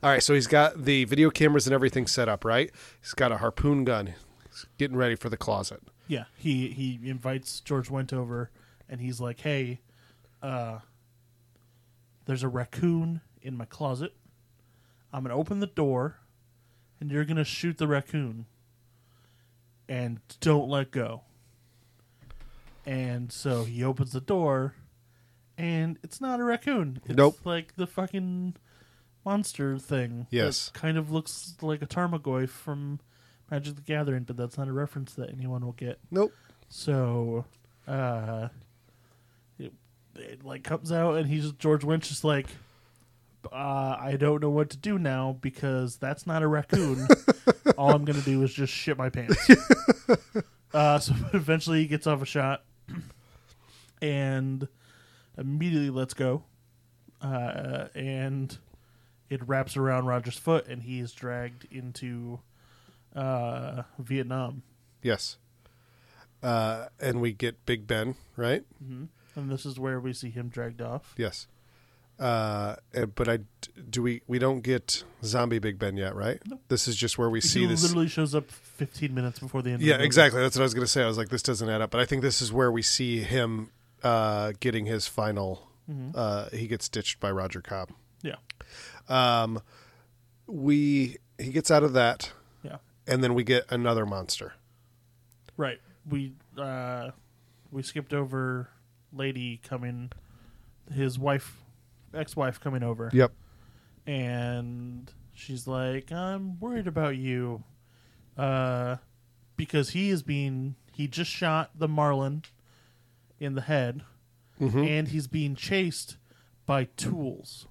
all right, so he's got the video cameras and everything set up, right? He's got a harpoon gun. He's getting ready for the closet.
Yeah, he he invites George Went over, and he's like, "Hey, uh, there's a raccoon in my closet. I'm gonna open the door, and you're gonna shoot the raccoon, and don't let go." And so he opens the door, and it's not a raccoon. It's
Nope.
like the fucking monster thing. that
Yes.
kind of looks like a Tarmogoyf from Magic the Gathering, but that's not a reference that anyone will get.
Nope.
So, uh, it, it like comes out, and he's George Lynch just like, uh, I don't know what to do now because that's not a raccoon. All I'm gonna do is just shit my pants. uh, so <laughs> eventually he gets off a shot, and immediately lets go, uh, and it wraps around Roger's foot, and he is dragged into uh, Vietnam.
Yes. Uh, and we get Big Ben, right?
Mm-hmm. And this is where we see him dragged off.
Yes. Uh, and- but I do we we don't get zombie Big Ben yet, right? This is just where we see
he
this.
literally shows up 15 minutes before the end.
Yeah,
of the movie.
exactly. That's what I was gonna say. I was like, this doesn't add up, but I think this is where we see him uh, getting his final. Uh, he gets ditched by Roger Cobb.
Yeah,
um, we he gets out of that,
yeah,
and then we get another monster.
right. We uh, we skipped over lady coming, his wife, ex-wife coming over,
Yep.
and she's like, "I'm worried about you," uh, because he is being he just shot the marlin in the head,
Mm-hmm.
and he's being chased by tools,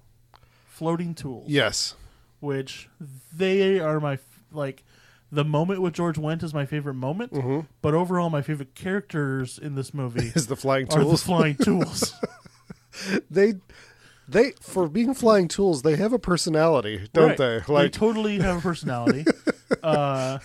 floating tools.
Yes.
which they are my f- like the moment with George Wendt is my favorite moment,
Mm-hmm.
but overall my favorite characters in
<laughs>
this movie
Is the flying
are the
tools
flying tools.
they they for being flying tools they have a personality, <laughs> don't
Right.
they? Like
totally have
<laughs>
a personality. uh,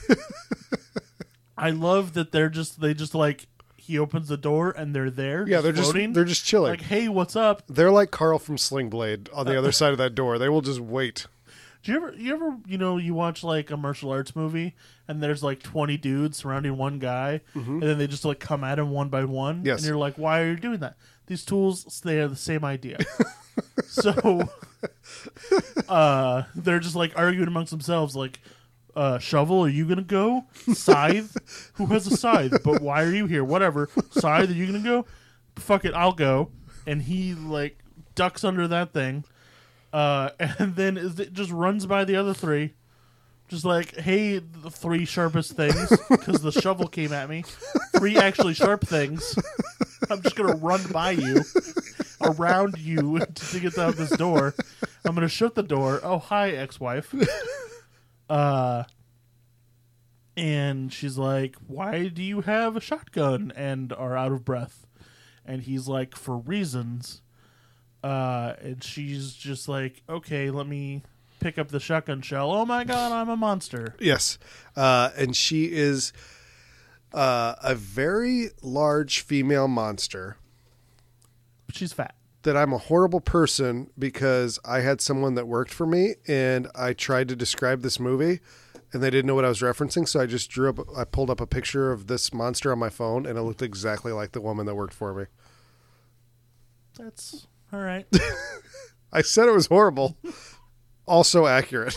I love that they're just they just like he opens the door and they're there.
yeah, they're just
floating.
they're just chilling.
like, Uh, hey, what's up?
they're like Carl from Sling Blade on the other side of that door. They will just wait.
Do you ever, you ever, you know, you watch like a martial arts movie, and there's like twenty dudes surrounding one guy, and then they just like come at him one by one.
Yes.
and you're like, why are you doing that? These tools, they are the same idea. so, uh, they're just like arguing amongst themselves, like, uh, shovel, are you gonna go? Scythe, who has a scythe? But why are you here? Whatever. Scythe, are you gonna go? Fuck it, I'll go. And he like ducks under that thing uh, <laughs> and then is it just runs by the other three, just like, "Hey, the three sharpest things," because the shovel came at me. Three actually sharp things. I'm just gonna run by you, around you <laughs> to, to get out this door. I'm gonna shut the door. Oh, hi, ex-wife. Uh, and she's like, "Why do you have a shotgun and are out of breath?" And he's like, "For reasons." uh, and she's just like, "Okay, let me pick up the shotgun shell." Oh my god, I'm a monster!
Yes. Uh, and she is uh, a very large female monster.
She's fat.
that I'm a horrible person because I had someone that worked for me and I tried to describe this movie and they didn't know what I was referencing. So I just drew up, I pulled up a picture of this monster on my phone and it looked exactly like the woman that worked for me.
That's all
<laughs>
right.
I said it was horrible, <laughs> also accurate.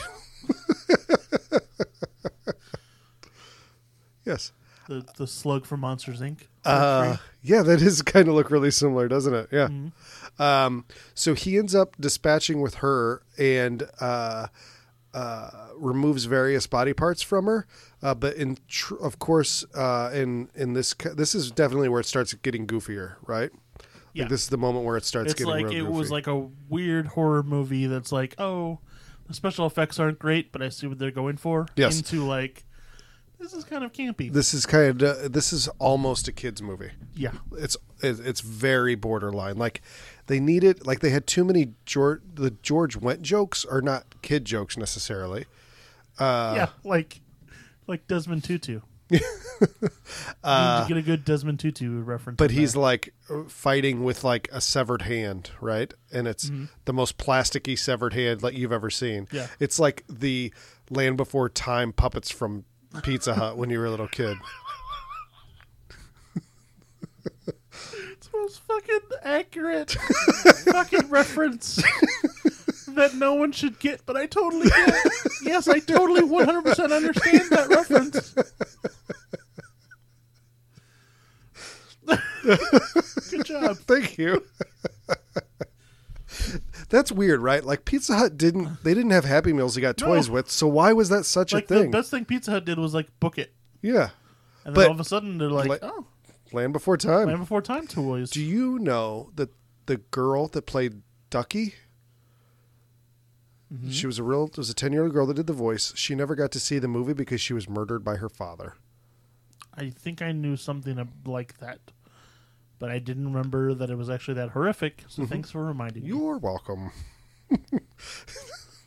<laughs> yes.
the the slug from Monsters Inc.
Uh, yeah, that is <laughs> kind of look really similar, doesn't it? Yeah.
Mm-hmm.
Um, so he ends up dispatching with her and uh, uh, removes various body parts from her. Uh, but in tr- of course, uh, in in this ca- this is definitely where it starts getting goofier, right?
Yeah.
Like this is the moment where it starts
it's
getting
like
real
it
goofy.
was like a weird horror movie that's like, oh, the special effects aren't great, but I see what they're going for.
Yes.
Into like, this is kind of campy.
this is kind of this is almost a kids movie.
yeah.
It's it, it's very borderline. Like they needed, like they had too many George the George Went jokes are not kid jokes necessarily. uh,
yeah, like like Desmond
<laughs>
Tutu. you need to get a good Desmond Tutu reference.
But
in
he's
there.
like fighting with like a severed hand, right? And it's the most plasticky severed hand that you've ever seen.
Mm-hmm. Yeah.
It's like the Land Before Time puppets from Pizza Hut when you were a little kid. <laughs>
it's the most fucking
<laughs>
accurate fucking reference that no one should get, but I totally get. it. Yes, I totally one hundred percent understand that reference. good job.
Thank you. <laughs> That's weird, right? Like Pizza Hut didn't they didn't have Happy Meals they got
No.
toys with, so why was that such
Like
a thing?
the best thing Pizza Hut did was like book it,
yeah.
and then
But-
all of a sudden they're like,
Like-
oh,
Land Before Time.
Land Before Time toys.
Do you know that the girl that played Ducky?
Mm-hmm.
She was a real it was a 10-year-old girl that did the voice. She never got to see the movie because she was murdered by her father.
I think I knew something ab- like that, but I didn't remember that it was actually that horrific. So
Mm-hmm.
thanks for reminding me.
You're welcome.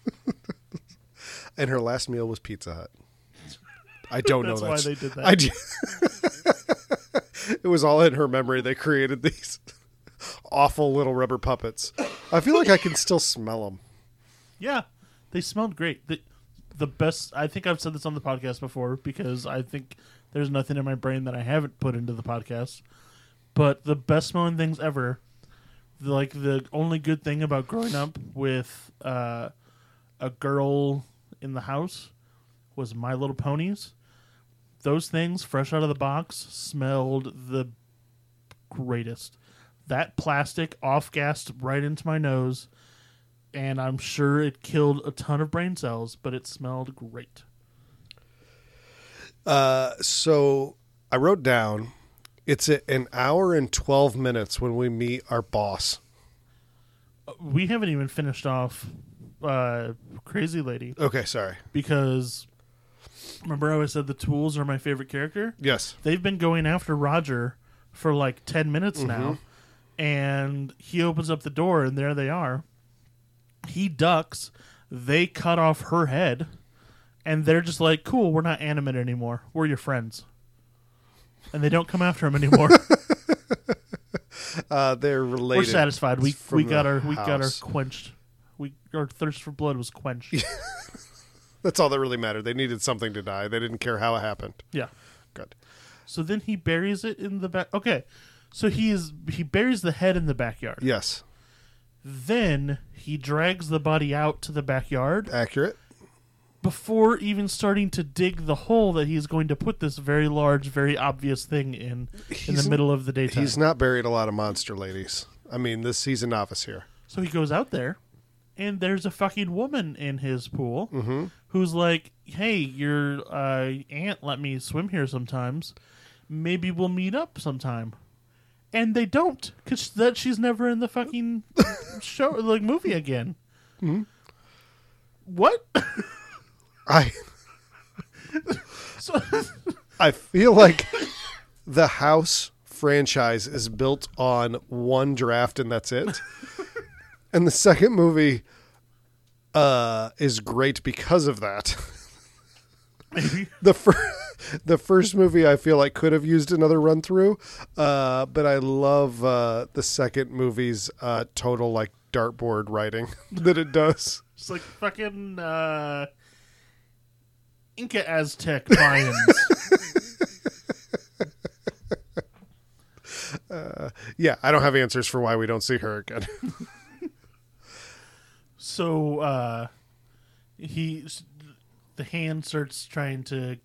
<laughs> and her last meal was Pizza Hut. I
<laughs>
don't
That's
know
why
that's
they did that.
I ju- <laughs> it was all in her memory. They created these <laughs> awful little rubber puppets. I feel like I can still smell them.
Yeah, they smelled great. The, the best. I think I've said this on the podcast before because I think there's nothing in my brain that I haven't put into the podcast. But the best smelling things ever. the- Like the only good thing about growing up with uh, a girl in the house was My Little Ponies. Those things, fresh out of the box, smelled the greatest. That plastic off gassed right into my nose and I'm sure it killed a ton of brain cells, but it smelled great.
Uh, so I wrote down it's at an hour and 12 minutes when we meet our boss.
We haven't even finished off uh, Crazy Lady
Okay, sorry.
because remember I always said the tools are my favorite character?
Yes.
They've been going after Roger for like 10 minutes now, and he opens up the door, and there they are. He ducks, they cut off her head, and they're just like, cool, we're not animate anymore. We're your friends. And they don't come after him anymore.
Uh, they're
We're
related.
satisfied. We
It's from
we got
the
our we got our
house.
quenched. We our thirst for blood
<laughs>
was quenched.
That's all that really mattered. They needed something to die. They didn't care how it happened.
yeah.
Good.
So then he buries it in the back. Okay. So he is he buries the head in the backyard.
Yes.
Then he drags the body out to the backyard
Accurate.
before even starting to dig the hole that he's going to put this very large, very obvious thing in in
He's-
the middle of the daytime.
He's not buried a lot of monster ladies. I mean, this he's a novice here.
So he goes out there, and there's a fucking woman in his pool who's like, "Hey, your uh, aunt let me swim here sometimes. Maybe we'll meet up sometime." And they don't, cause that she's never in the fucking show, like movie again. What? <laughs>
I
so,
I feel like the house franchise is built on one draft and that's it. and the second movie uh is great because of that.
maybe
The fir- the first movie I feel like could have used another run through, uh, but I love uh, the second movie's uh, total like dartboard writing <laughs> that it does.
it's like fucking uh, Inca Aztec Mayans.
Yeah, I don't have answers for why we don't see her again.
So uh he the hand starts trying to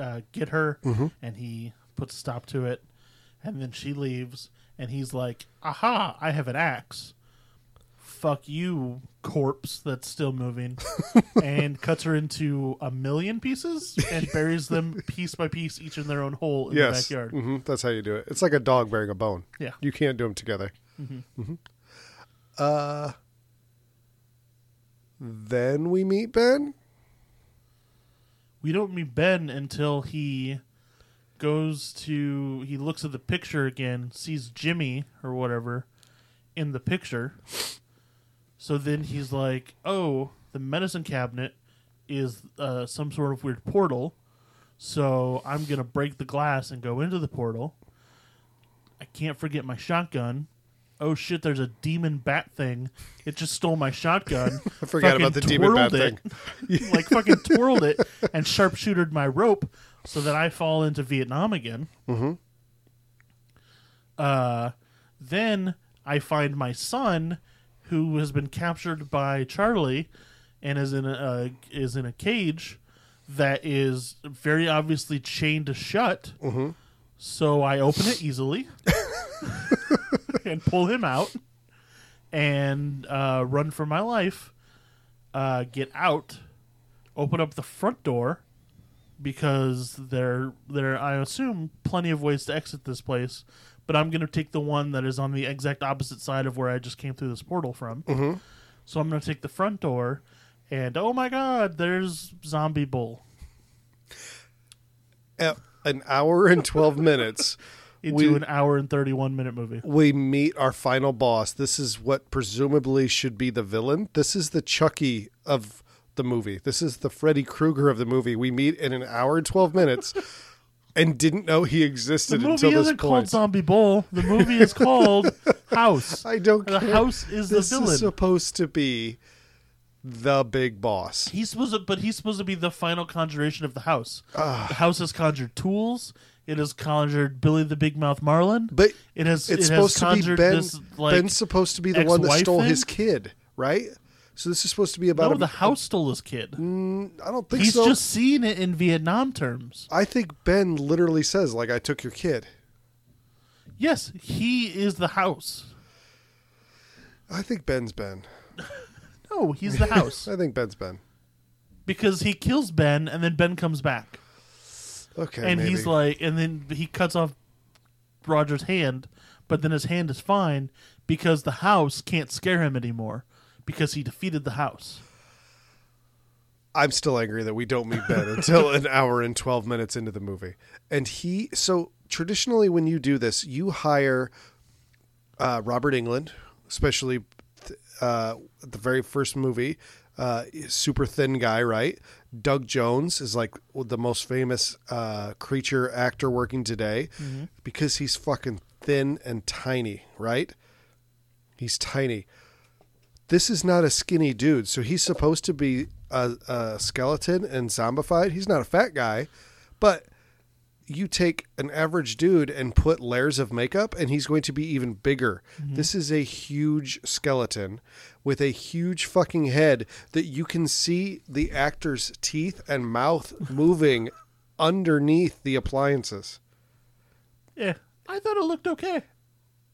uh, get her and he puts a stop to it and then she leaves and he's like, "Aha, I have an axe." Fuck you, corpse that's still moving. and cuts her into a million pieces and buries them piece by piece each in their own hole in
yes,
the backyard.
hmm that's how you do it. It's like a dog bearing a bone.
Yeah.
You can't do them together. Mm-hmm. Uh, then we meet Ben.
We don't meet Ben until he goes to he looks at the picture again, sees Jimmy or whatever in the picture. So then he's like, "Oh, the medicine cabinet is uh, some sort of weird portal. So I'm gonna break the glass and go into the portal. I can't forget my shotgun. Oh shit! There's a demon bat thing. It just stole my shotgun.
<laughs> I forgot about the demon bat
twirled it, <laughs> like fucking twirled it and sharpshootered my rope so that I fall into Vietnam again.
Mhm.
Uh, then I find my son, who has been captured by Charlie, and is in a uh, is in a cage that is very obviously chained shut. So I open it easily <laughs> and pull him out and uh, run for my life. Uh, get out, open up the front door because there there I assume plenty of ways to exit this place, but I'm going to take the one that is on the exact opposite side of where I just came through this portal from.
Mm-hmm.
So I'm going to take the front door, and oh my god, there's zombie bull.
At an hour and
<laughs>
12 minutes,
Into
We-
an hour and thirty one minute movie.
we meet our final boss. This is what presumably should be the villain. This is the Chucky of the movie. This is the Freddy Krueger of the movie. We meet in an hour and 12
<laughs>
minutes and didn't know he
The
existed
movie
until this point.
isn't called Zombie Bull. The movie
<laughs>
is called House.
I don't
The
care.
house is the
this
villain.
is supposed to be the big boss.
He's supposed to, but he's supposed to be the final conjuration of the house.
Ah.
the house has conjured tools. It has conjured Billy the Big Mouth Marlin.
But
it has
it's
it
supposed to
has
be
conjured
Ben.
this like
Ben's supposed to be the one that
ex-wife
stole
thing?
his kid, right? So this is supposed to be about.
no,
a,
the house stole his kid.
I don't think
He's
Mm. so.
just seen it in Vietnam terms.
I think Ben literally says, "Like I took your kid."
Yes, he is the house.
I think Ben's Ben.
No, he's the
<laughs>
house
I think Ben's Ben.
because he kills Ben and then Ben comes back.
Okay,
and
maybe.
he's like, and then he cuts off Roger's hand, but then his hand is fine because the house can't scare him anymore because he defeated the house.
I'm still angry that we don't meet Ben until an hour and 12 minutes into the movie. And he, so traditionally, when you do this, you hire uh, Robert England, especially th- uh, the very first movie, uh, super thin guy, right? Doug Jones is like the most famous uh, creature actor working today because he's fucking thin and tiny, right? He's tiny this is not a skinny dude. So he's supposed to be a, a skeleton and zombified. He's not a fat guy, but you take an average dude and put layers of makeup, and he's going to be even bigger. This is a huge skeleton with a huge fucking head that you can see the actor's teeth and mouth moving <laughs> underneath the appliances.
Yeah, I thought it looked okay.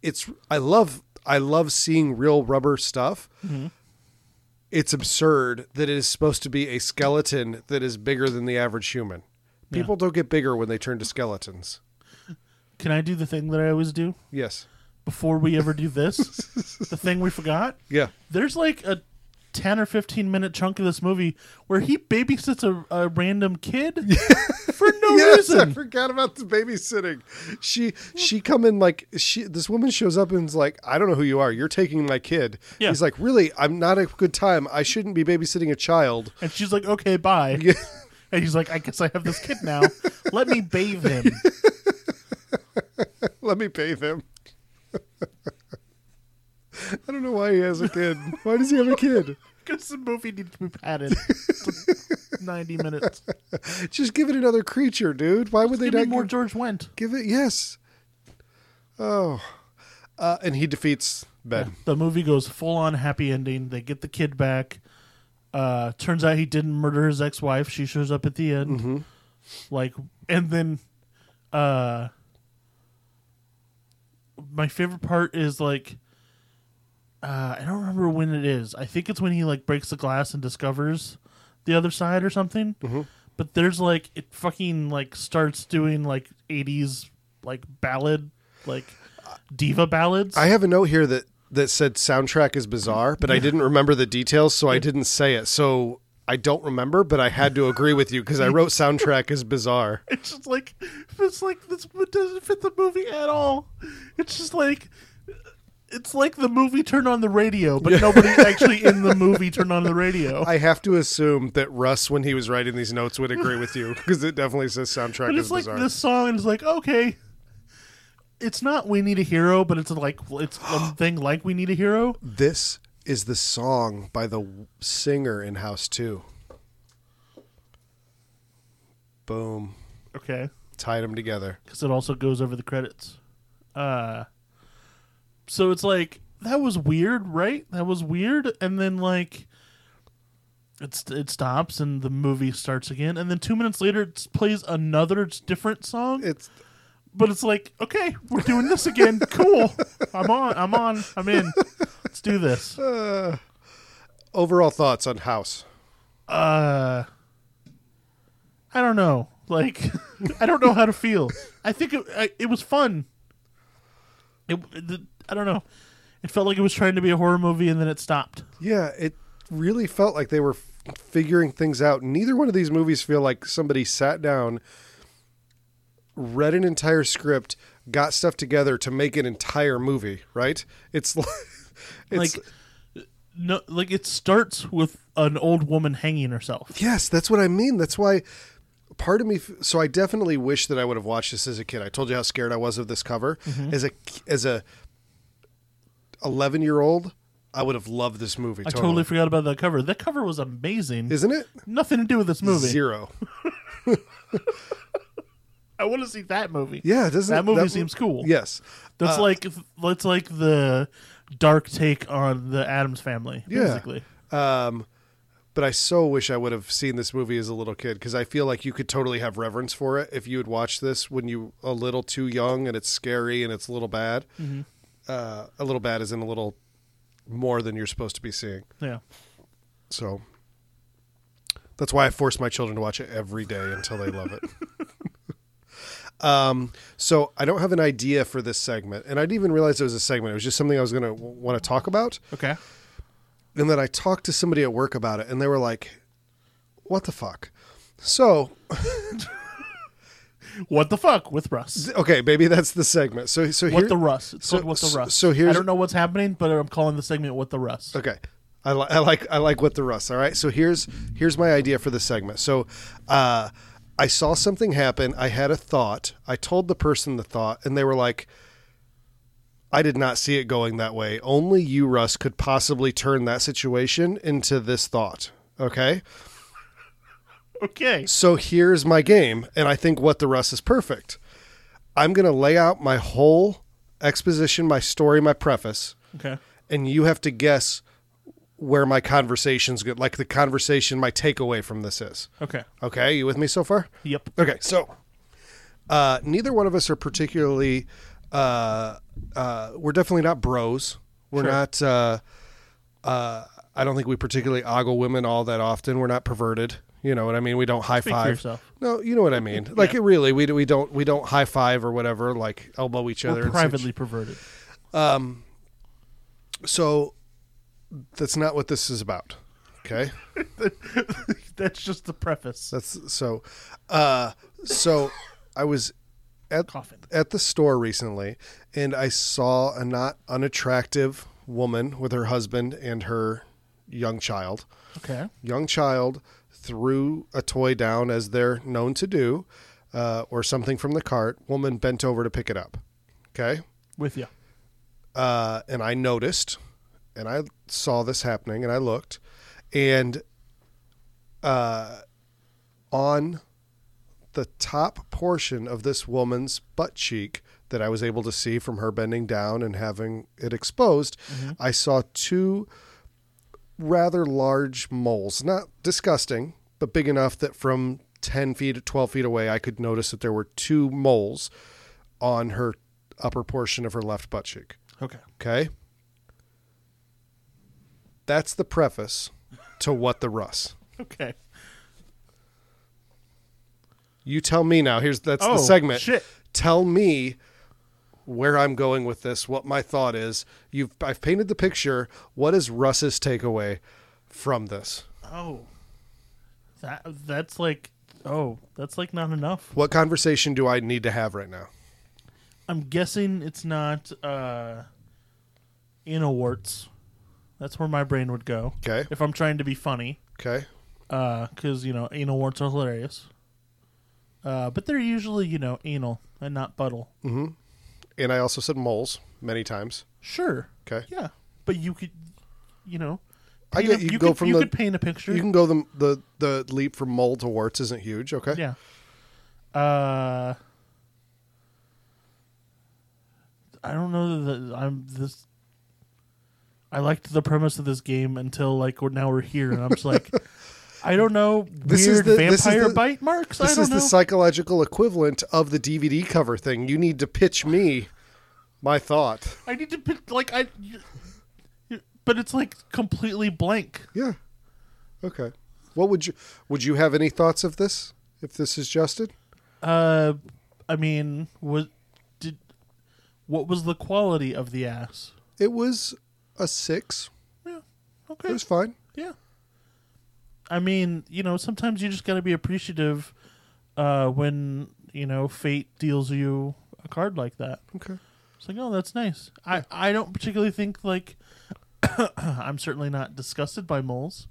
It's I love I love seeing real rubber stuff.
Mm-hmm.
it's absurd that it is supposed to be a skeleton that is bigger than the average human. People don't get bigger when they turn to skeletons.
Can I do the thing that I always do
Yes.
before we ever
<laughs>
do this? the thing we forgot?
Yeah.
There's like a 10 or 15 minute chunk of this movie where he babysits a, a
<laughs>
random kid for no
Yes, I
reason.
forgot about the babysitting. She she come in like she this woman shows up and's like, I don't know who you are. You're taking my kid.
Yeah.
He's like, Really? I'm not a good time. I shouldn't be babysitting a child.
And she's like, okay, bye.
Yeah.
And he's like, I guess I have this kid now. Let me
<laughs>
bathe him.
Let me bathe him. <laughs> I don't know why he has a kid. Why does he have a kid?
Because the movie needs to be padded. It's like 90 minutes.
Just give it another creature, dude. Why would they
Give me
not
more
give-
George Wendt.
Give it yes. Oh, uh, and he defeats Ben.
The movie goes full on happy ending. They get the kid back. Uh, turns out he didn't murder his ex wife. She shows up at the end. Like, and then, uh, my favorite part is like, uh, I don't remember when it is. I think it's when he like breaks the glass and discovers the other side or something. But there's like it fucking like starts doing like '80s like ballad like diva ballads.
I have a note here that that said soundtrack is bizarre, but I didn't remember the details, so I didn't say it. So I don't remember, but I had to agree with you because I wrote soundtrack is bizarre.
It's just like it's like this it doesn't fit the movie at all. It's just like it's like the movie turned on the radio, but
<laughs>
nobody actually in the movie turned on the radio.
I have to assume that Russ, when he was writing these notes, would agree with you because it definitely says soundtrack
But
is
it's like
bizarre.
this song is like okay. It's not we need a hero, but it's like
<gasps>
it's one thing like we need a hero.
This is the song by the w- singer in House 2. Boom.
Okay.
Tied them together.
because it also goes over the credits. Uh, so it's like that was weird, right? That was weird, and then like it's it stops and the movie starts again, and then two minutes later it plays another different song.
It's
but it's like, okay, we're doing this again. cool, I'm on, I'm on, I'm in. Let's do this.
overall thoughts on House.
uh i don't know like <laughs> i don't know how to feel i think it, I, it was fun it, the- i don't know it felt like it was trying to be a horror movie and then it stopped
Yeah, it really felt like they were f- figuring things out. Neither one of these movies feel like somebody sat down, read an entire script, got stuff together to make an entire movie, right? It's <laughs> like it's
like no like it starts with an old woman hanging herself
Yes, that's what I mean. That's why part of me. So I definitely wish that I would have watched this as a kid. I told you how scared I was of this cover
Mm-hmm.
as a as a eleven year old. I would have loved this movie.
i totally forgot about that cover that cover was amazing
isn't it
nothing to do with this movie
zero?
i want to see that movie
Yeah, Uh, doesn't
that movie
mo-
seems cool
Yes,
that's like that's like the dark take on the adams family
Yeah.
basically
um, but I so wish I would have seen this movie as a little kid because I feel like you could totally have reverence for it if you had watched this when you a little too young and it's scary and it's a little bad. Uh, a little bad is in a little more than you're supposed to be seeing.
yeah
So that's why I force my children to watch it every day until they love it. um, so I don't have an idea for this segment, and I didn't even realize it was a segment. It was just something I was going to w- want to talk about,
Okay.
and then I talked to somebody at work about it, and they were like, "What the fuck?" So
What the fuck with Russ?
okay, baby, that's the segment. So so
what
here,
the Russ? It's
so-
called What the
so-
Russ.
so here's-
I don't know what's happening, but I'm calling the segment What the Russ.
Okay. I, li- I like I like what the Russ. All right. So here's here's my idea for the segment. So uh, I saw something happen. I had a thought. I told the person the thought, and they were like, "I did not see it going that way. Only you, Russ, could possibly turn that situation into this thought." Okay.
Okay.
So here's my game, and I think what the Russ is perfect. I'm gonna lay out my whole exposition, my story, my preface
Okay.
and you have to guess where my conversation's good like the conversation my takeaway from this is
Okay.
okay you with me so far
Yep.
okay so uh neither one of us are particularly uh uh we're definitely not bros we're
Sure.
not uh uh i don't think we particularly ogle women all that often we're not perverted you know what i mean we don't high
Speak for
five
yourself.
no you know
<laughs>
what i mean like it really we, we don't we don't high five or whatever like elbow each other
We're
and such.
privately perverted.
So that's not what this is about. Okay.
<laughs> That's just the preface.
That's so uh so I was at
Coffin.
at the store recently and I saw a not unattractive woman with her husband and her young child.
Okay.
Young child threw a toy down as they're known to do uh, or something from the cart. Woman bent over to pick it up. Okay?
With you.
uh, and I noticed, and I saw this happening, and I looked, and uh, on the top portion of this woman's butt cheek that I was able to see from her bending down and having it exposed, I saw two rather large moles. Not disgusting, but big enough that from 10 feet to 12 feet away, I could notice that there were two moles on her upper portion of her left butt cheek.
Okay.
Okay. That's the preface to what the Russ.
Okay.
You tell me now. Here's that's
Oh,
the segment.
shit.
Tell me where I'm going with this, what my thought is. You've I've painted the picture. What is Russ's takeaway from this?
Oh. That that's like oh, that's like not enough.
What conversation do I need to have right now?
I'm guessing it's not uh Inawarts. That's where my brain would go.
Okay.
If I'm trying to be funny.
Okay.
because Uh, you know anal warts are hilarious. Uh, but they're usually you know anal and not buttle.
And I also said moles many times.
Sure,
Okay.
yeah, but you could, you know,
I
paint
get
a-
you go
could,
from
you
the-
could paint a picture.
You can go the the the leap from mole to warts isn't huge. Okay.
yeah. Uh, I don't know that I'm this. I liked the premise of this game until like we're, now we're here, and I'm
<laughs>
just like, I don't know.
This is
weird
the-
vampire
this is the-
bite marks. I
This
don't
is
know.
the psychological equivalent of the DVD cover thing. You need to pitch me my thought.
I need to put like I, but it's like completely blank.
Yeah. Okay. What would you would you have any thoughts of this if this is Justin?
Uh, I mean, what did? What was the quality of the ass?
It was a six.
Yeah.
It
Okay.
was fine.
Yeah. I mean, you know, sometimes you just got to be appreciative uh, when you know fate deals you a card like that.
Okay.
It's like, oh, that's nice. I I don't particularly think like <coughs> I'm certainly not disgusted by moles.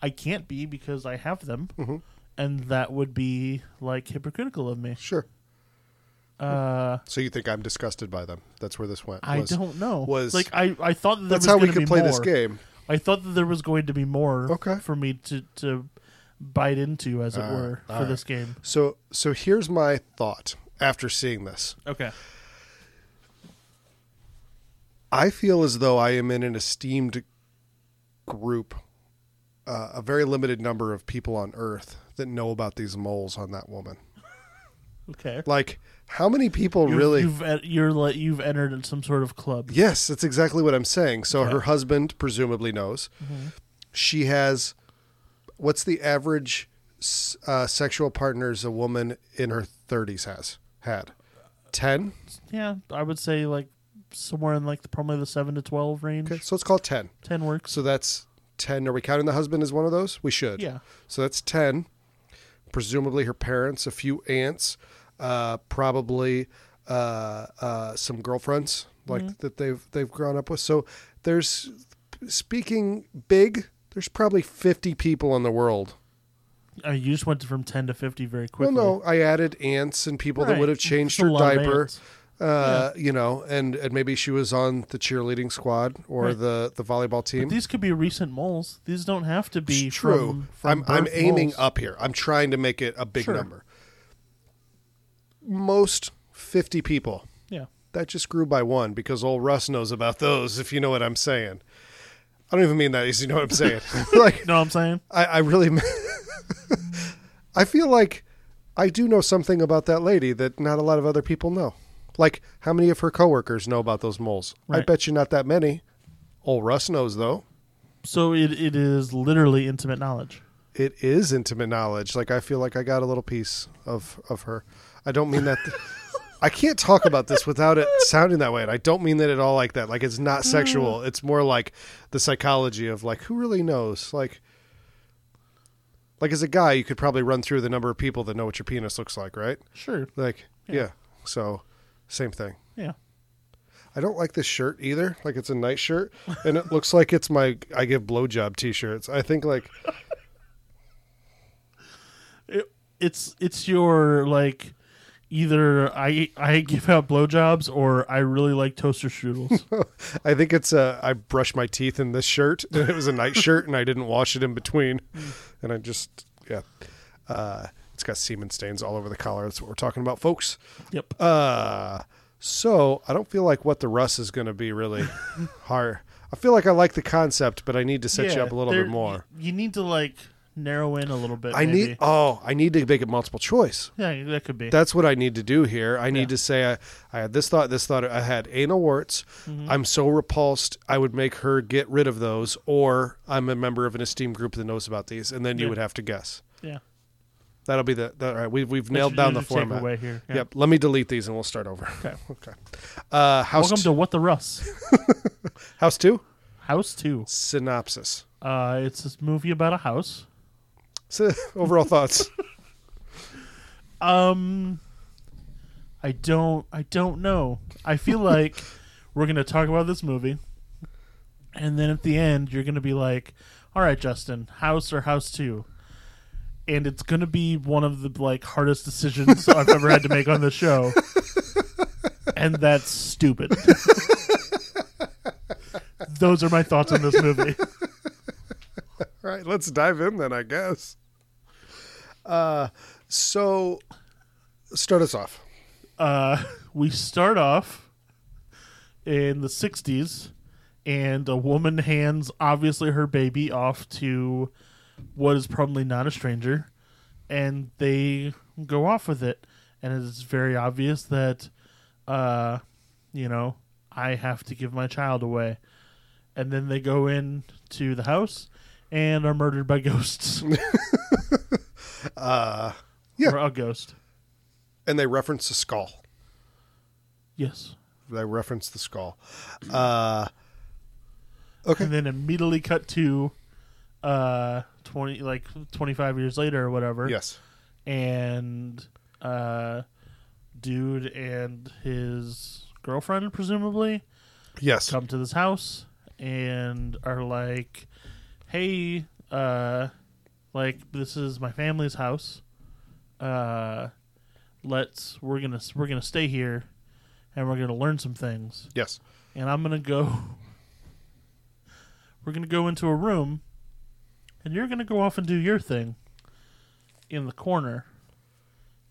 I can't be because I have them,
Mm-hmm.
and that would be like hypocritical of me.
Sure.
Uh,
So you think I'm disgusted by them? That's where this went.
I
was-
don't know.
was-
like I I thought that there
That's
was
how we
gonna be
could play this
more.
game.
I thought that there was going to be more
Okay.
for me to to bite into, as it
Ah,
were, for
all right.
this game.
So so here's my thought after seeing this.
Okay.
I feel as though I am in an esteemed group, uh, a very limited number of people on Earth that know about these moles on that woman.
Okay.
Like, how many people
You've-
really?
You've en- you're like you've entered in some sort of club.
Yes, that's exactly what I'm saying. So
Okay.
her husband presumably knows.
Mm-hmm.
She has. What's the average s- uh, sexual partners a woman in her 30s has had? Ten.
Yeah, I would say like somewhere in like the, probably the seven to twelve range.
Okay, so let's call it ten.
Ten works.
So that's ten. Are we counting the husband as one of those? We should.
Yeah.
So that's 10. Presumably her parents, a few aunts, uh, probably uh, uh, some girlfriends like
Mm-hmm.
that they've they've grown up with. So there's speaking big, there's probably 50 people in the world.
I mean, Uh, you just went from ten to fifty very quickly.
Well, no, I added aunts and people that
Right.
would have changed
That's
her
a lot of
diaper.
ants.
Uh, you know, and, and maybe she was on the cheerleading squad or
Right.
the, the volleyball team.
These could be recent moles. These don't have to be
It's true.
From, from
I'm I'm
birth
aiming
moles.
up here. I'm trying to make it a big
Sure.
number. Most 50 people.
Yeah.
That just grew by one because old Russ knows about those, if you know what I'm saying. I don't even mean that, <laughs> you know what I'm saying. like
You know what I'm saying?
I, I really <laughs> I feel like I do know something about that lady that not a lot of other people know. Like how many of her coworkers know about those moles? I
Right.
bet you not that many. Old Russ knows though.
So it, it is literally intimate knowledge.
it is intimate knowledge. Like I feel like I got a little piece of of her. I don't mean that. I can't talk about this without it sounding that way, and I don't mean that at all. Like that. Like it's not sexual. It's more like the psychology of like who really knows. Like, like as a guy, you could probably run through the number of people that know what your penis looks like, right?
Sure.
Like,
Yeah.
yeah. So, same thing.
Yeah.
I don't like this shirt either. Like it's a nice shirt, and it looks like it's my I give blowjob t-shirts. I think like
It, it's it's your like either I I give out blowjobs or I really like toaster <laughs> strudels.
<laughs> I think it's uh, I brushed my teeth in this shirt. It was a night shirt, and I didn't wash it in between,
Mm.
and I just yeah, uh, it's got semen stains all over the collar. That's what we're talking about, folks.
yep.
Uh, so I don't feel like what the Russ is going to be
<laughs>
really hard. I feel like I like the concept, but I need to set you
Yeah,
up a little
there-
bit more.
You, you need to like narrow in a little bit.
I
maybe.
need oh, I need to make it multiple choice.
Yeah, that could be.
That's what I need to do here. I need
Yeah.
to say I, I had this thought, this thought. I had anal warts.
Mm-hmm.
I'm so repulsed. I would make her get rid of those, or I'm a member of an esteemed group that knows about these, and then you
Yeah.
would have to guess.
yeah.
That'll be the. That, all right, we've we've
That's
nailed
your-
down the
your
format.
takeaway here. Yeah.
Yep. Let me delete these and we'll start over.
Okay.
<laughs> okay. Uh, house
Welcome to What the Russ.
t- house two
House two.
synopsis. <laughs>
Uh, it's this movie about a house.
So, overall
<laughs>
thoughts.
Um, I don't. I don't know. I feel like we're gonna talk about this movie, and then at the end, you're gonna be like, "All right, Justin, House or House Two? And it's gonna be one of the like hardest decisions I've ever had to make on the show, and that's stupid. Those are my thoughts on this movie.
All right, let's dive in then, I guess. Uh, so start us off.
uh, <laughs> we start off in the 60s, and a woman hands obviously her baby off to what is probably not a stranger, and they go off with it. And it's very obvious that, uh, you know, I have to give my child away. And then they go in to the house and are murdered by <laughs> ghosts.
<laughs> Uh, yeah.
Or a ghost.
and they reference the skull.
Yes.
They reference the skull. Uh, okay.
and then immediately cut to uh 20 like 25 years later or whatever
Yes.
and uh dude and his girlfriend presumably
Yes.
come to this house and are like hey uh like this is my family's house uh let's we're gonna we're gonna stay here and we're gonna learn some things
Yes.
and I'm gonna go. <laughs> We're gonna go into a room, and you're gonna go off and do your thing in the corner,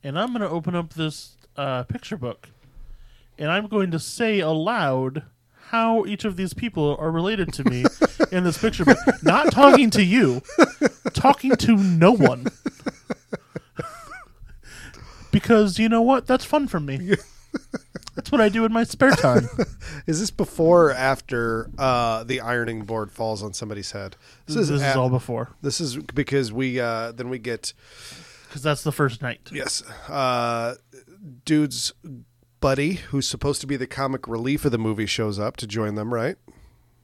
and I'm gonna open up this uh, picture book, and I'm going to say aloud how each of these people are related to me in this picture book. Not talking to you, talking to no one. Because you know what? That's fun for me. That's what I do in my spare time.
Is this before or after uh, the ironing board falls on somebody's head? This is,
this is
at-
all before
This is because we uh, then we get
because that's the first night.
yes, uh, dude's buddy who's supposed to be the comic relief of the movie shows up to join them, right?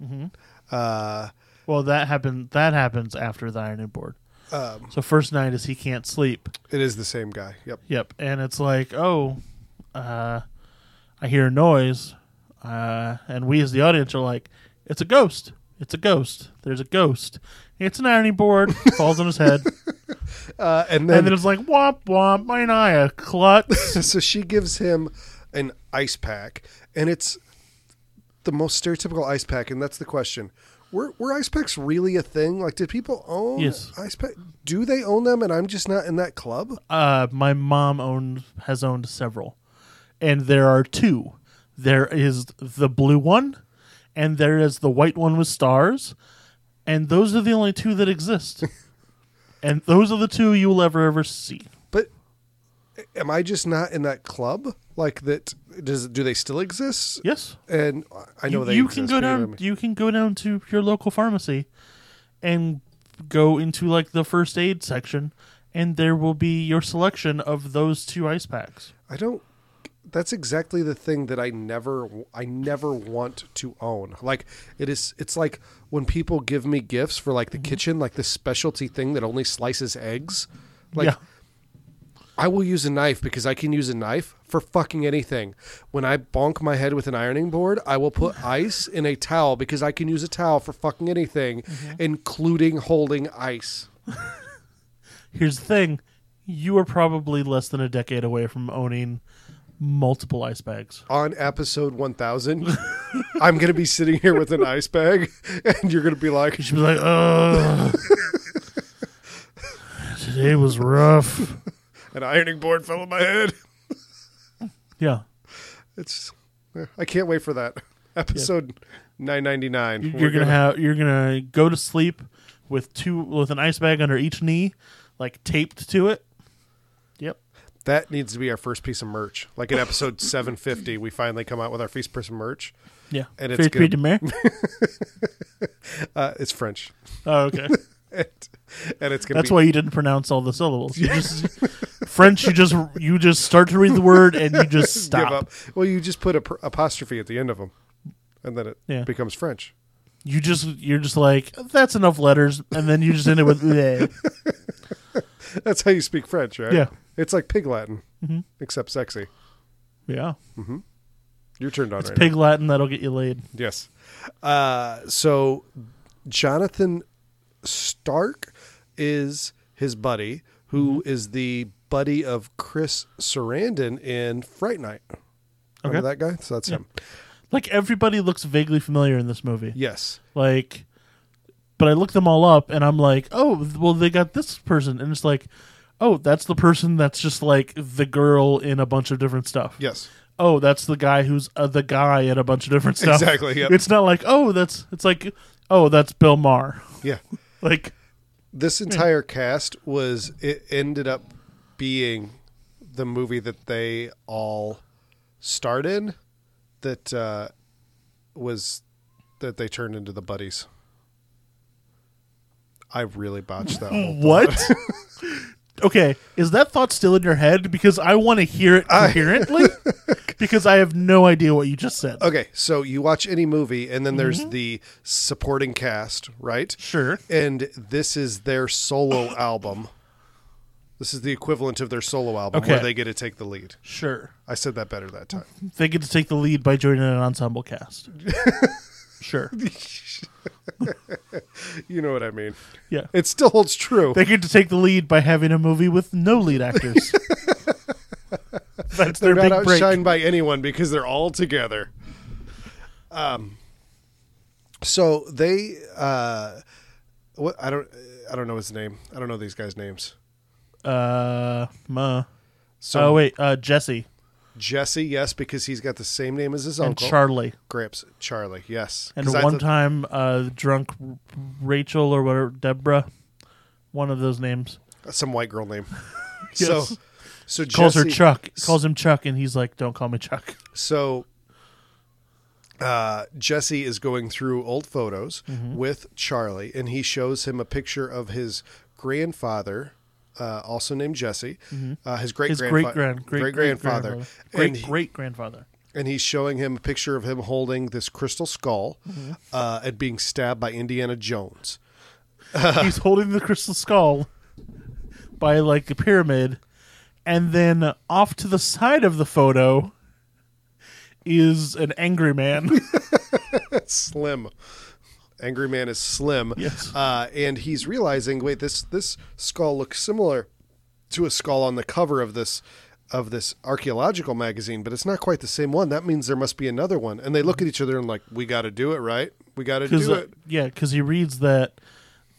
Mm-hmm. Uh,
Well, that happened. That happens after the ironing board.
um,
So first night is he can't sleep.
it is the same guy. Yep.
Yep, and it's like, oh, uh, I hear a noise, uh, and we as the audience are like, it's a ghost. It's a ghost. There's a ghost. It's an ironing <laughs> board. Falls on his head,
Uh, and then,
and then it's like womp womp. My Naya klutz.
<laughs> so she gives him an ice pack, and it's the most stereotypical ice pack, and that's the question. Were, were ice packs really a thing? Like, did people own
Yes.
ice pack? Do they own them? And I'm just not in that club.
Uh, my mom owned has owned several, and there are two. There is the blue one, and there is the white one with stars, and those are the only two
<laughs>
that exist. and those are the two you will ever ever see.
But am I just not in that club? Like that? Does do they still exist?
Yes,
And I know
you,
they.
you
exist,
can
but
go
you know
down.
what I mean.
You can go down to your local pharmacy, and go into like the first aid section, and there will be your selection of those two ice packs.
I don't. That's exactly the thing that I never, I never want to own. Like it is, it's like when people give me gifts for like the kitchen, like this specialty thing that only slices eggs. Like
yeah.
I will use a knife because I can use a knife for fucking anything. When I bonk my head with an ironing board, I will put ice in a towel because I can use a towel for fucking anything, including holding ice.
Here's the thing: you are probably less than a decade away from owning multiple ice bags.
on episode 1000 i'm gonna be sitting here with an ice bag <laughs> and you're gonna be like
You should be like, "Ugh, <laughs> today was rough."
an ironing board fell on my head <laughs>
Yeah,
it's i can't wait for that episode 999
you're,
We're
gonna have you're gonna go to sleep with two with an ice bag under each knee, like taped to it. Yep.
that needs to be our first piece of merch like in episode <laughs> 750 we finally come out with our first piece of merch
Yeah.
And it's
Free
gonna- <laughs>
to marry.
uh, it's french <laughs>
Oh, okay.
and, and it's gonna
That's
be
why you didn't pronounce all the
<laughs>
syllables. You just French. You just you just start to read the word and you just
give
stop.
up well you just put a pr- apostrophe at the end of them and then it
Yeah.
becomes french <laughs> <laughs>
you just you're just like that's enough letters and then you just end it with bleh.
That's how you speak French, right?
Yeah.
It's like pig Latin,
Mhm.
except sexy.
Yeah.
You're turned on
It's
right
pig Latin that'll get you laid.
now. Yes. Uh, so Jonathan Stark is his buddy, who is the buddy of Chris Sarandon in Fright Night. Remember that guy? So that's him.
Like everybody looks vaguely familiar in this movie.
Yes.
Like, but I look them all up and I'm like, oh, well, they got this person, and it's like, oh, that's the person that's just like the girl in a bunch of different stuff.
Yes.
Oh, that's the guy who's uh, the guy in a bunch of different stuff.
Exactly, yep.
It's not like oh, that's it's like oh, that's Bill Maher. <laughs>
Yeah.
Like
This
Hmm.
entire cast was it ended up being the movie that they all starred in that uh, was that they turned into the buddies. I really botched that
<laughs>
whole <laughs>
what? okay, is that thought still in your head? Because I want to hear
<laughs>
it coherently. because I have no idea what you just said.
Okay, so you watch any movie and then there's the supporting cast, right?
Mm-hmm. Sure.
And this is their solo album. This is the equivalent of their solo album where
Okay.
they get to take the lead.
Sure.
I said that better that time.
They get to take the lead by joining an
<laughs>
ensemble cast. sure.
You know what I mean.
Yeah.
It still holds true.
They get to take the lead by having a movie with no
<laughs>
lead actors. That's
They're
their
not
big break.
outshined by anyone because they're all together. Um, so they, uh, what I don't, I don't know his name. I don't know these guys' names.
Uh, ma.
So
oh wait, uh, Jesse
Jesse, yes, because he's got the same name as his
and
uncle.
Charlie.
Grips Charlie, yes.
And
'Cause I
one
thought-
time, uh, drunk Rachel or whatever, Deborah, one of those names,
some white girl
<laughs>
name.
Yes.
So, so
calls her
Jesse-
Chuck. Calls him Chuck, and he's like, "Don't call me Chuck."
So uh, Jesse is going through old photos
Mm-hmm.
with Charlie, and he shows him a picture of his grandfather, uh, also named Jesse, uh, his great
Mm-hmm. His great grand, great
grandfather, and
great
he-
great grandfather.
and he's showing him a picture of him holding this crystal skull
Mm-hmm.
uh, and being stabbed by Indiana Jones.
<laughs> he's holding the crystal skull <laughs> by like a pyramid, and then off to the side of the photo is an
<laughs>
angry man.
Slim. Angry Man is Slim.
Yes.
Uh, and he's realizing, wait, this this skull looks similar to a skull on the cover of this of this archaeological magazine, but it's not quite the same one. That means there must be another one. And they look at each other and like, we got to do it, right? We got to
Cause,
do
uh,
it.
yeah, because he reads that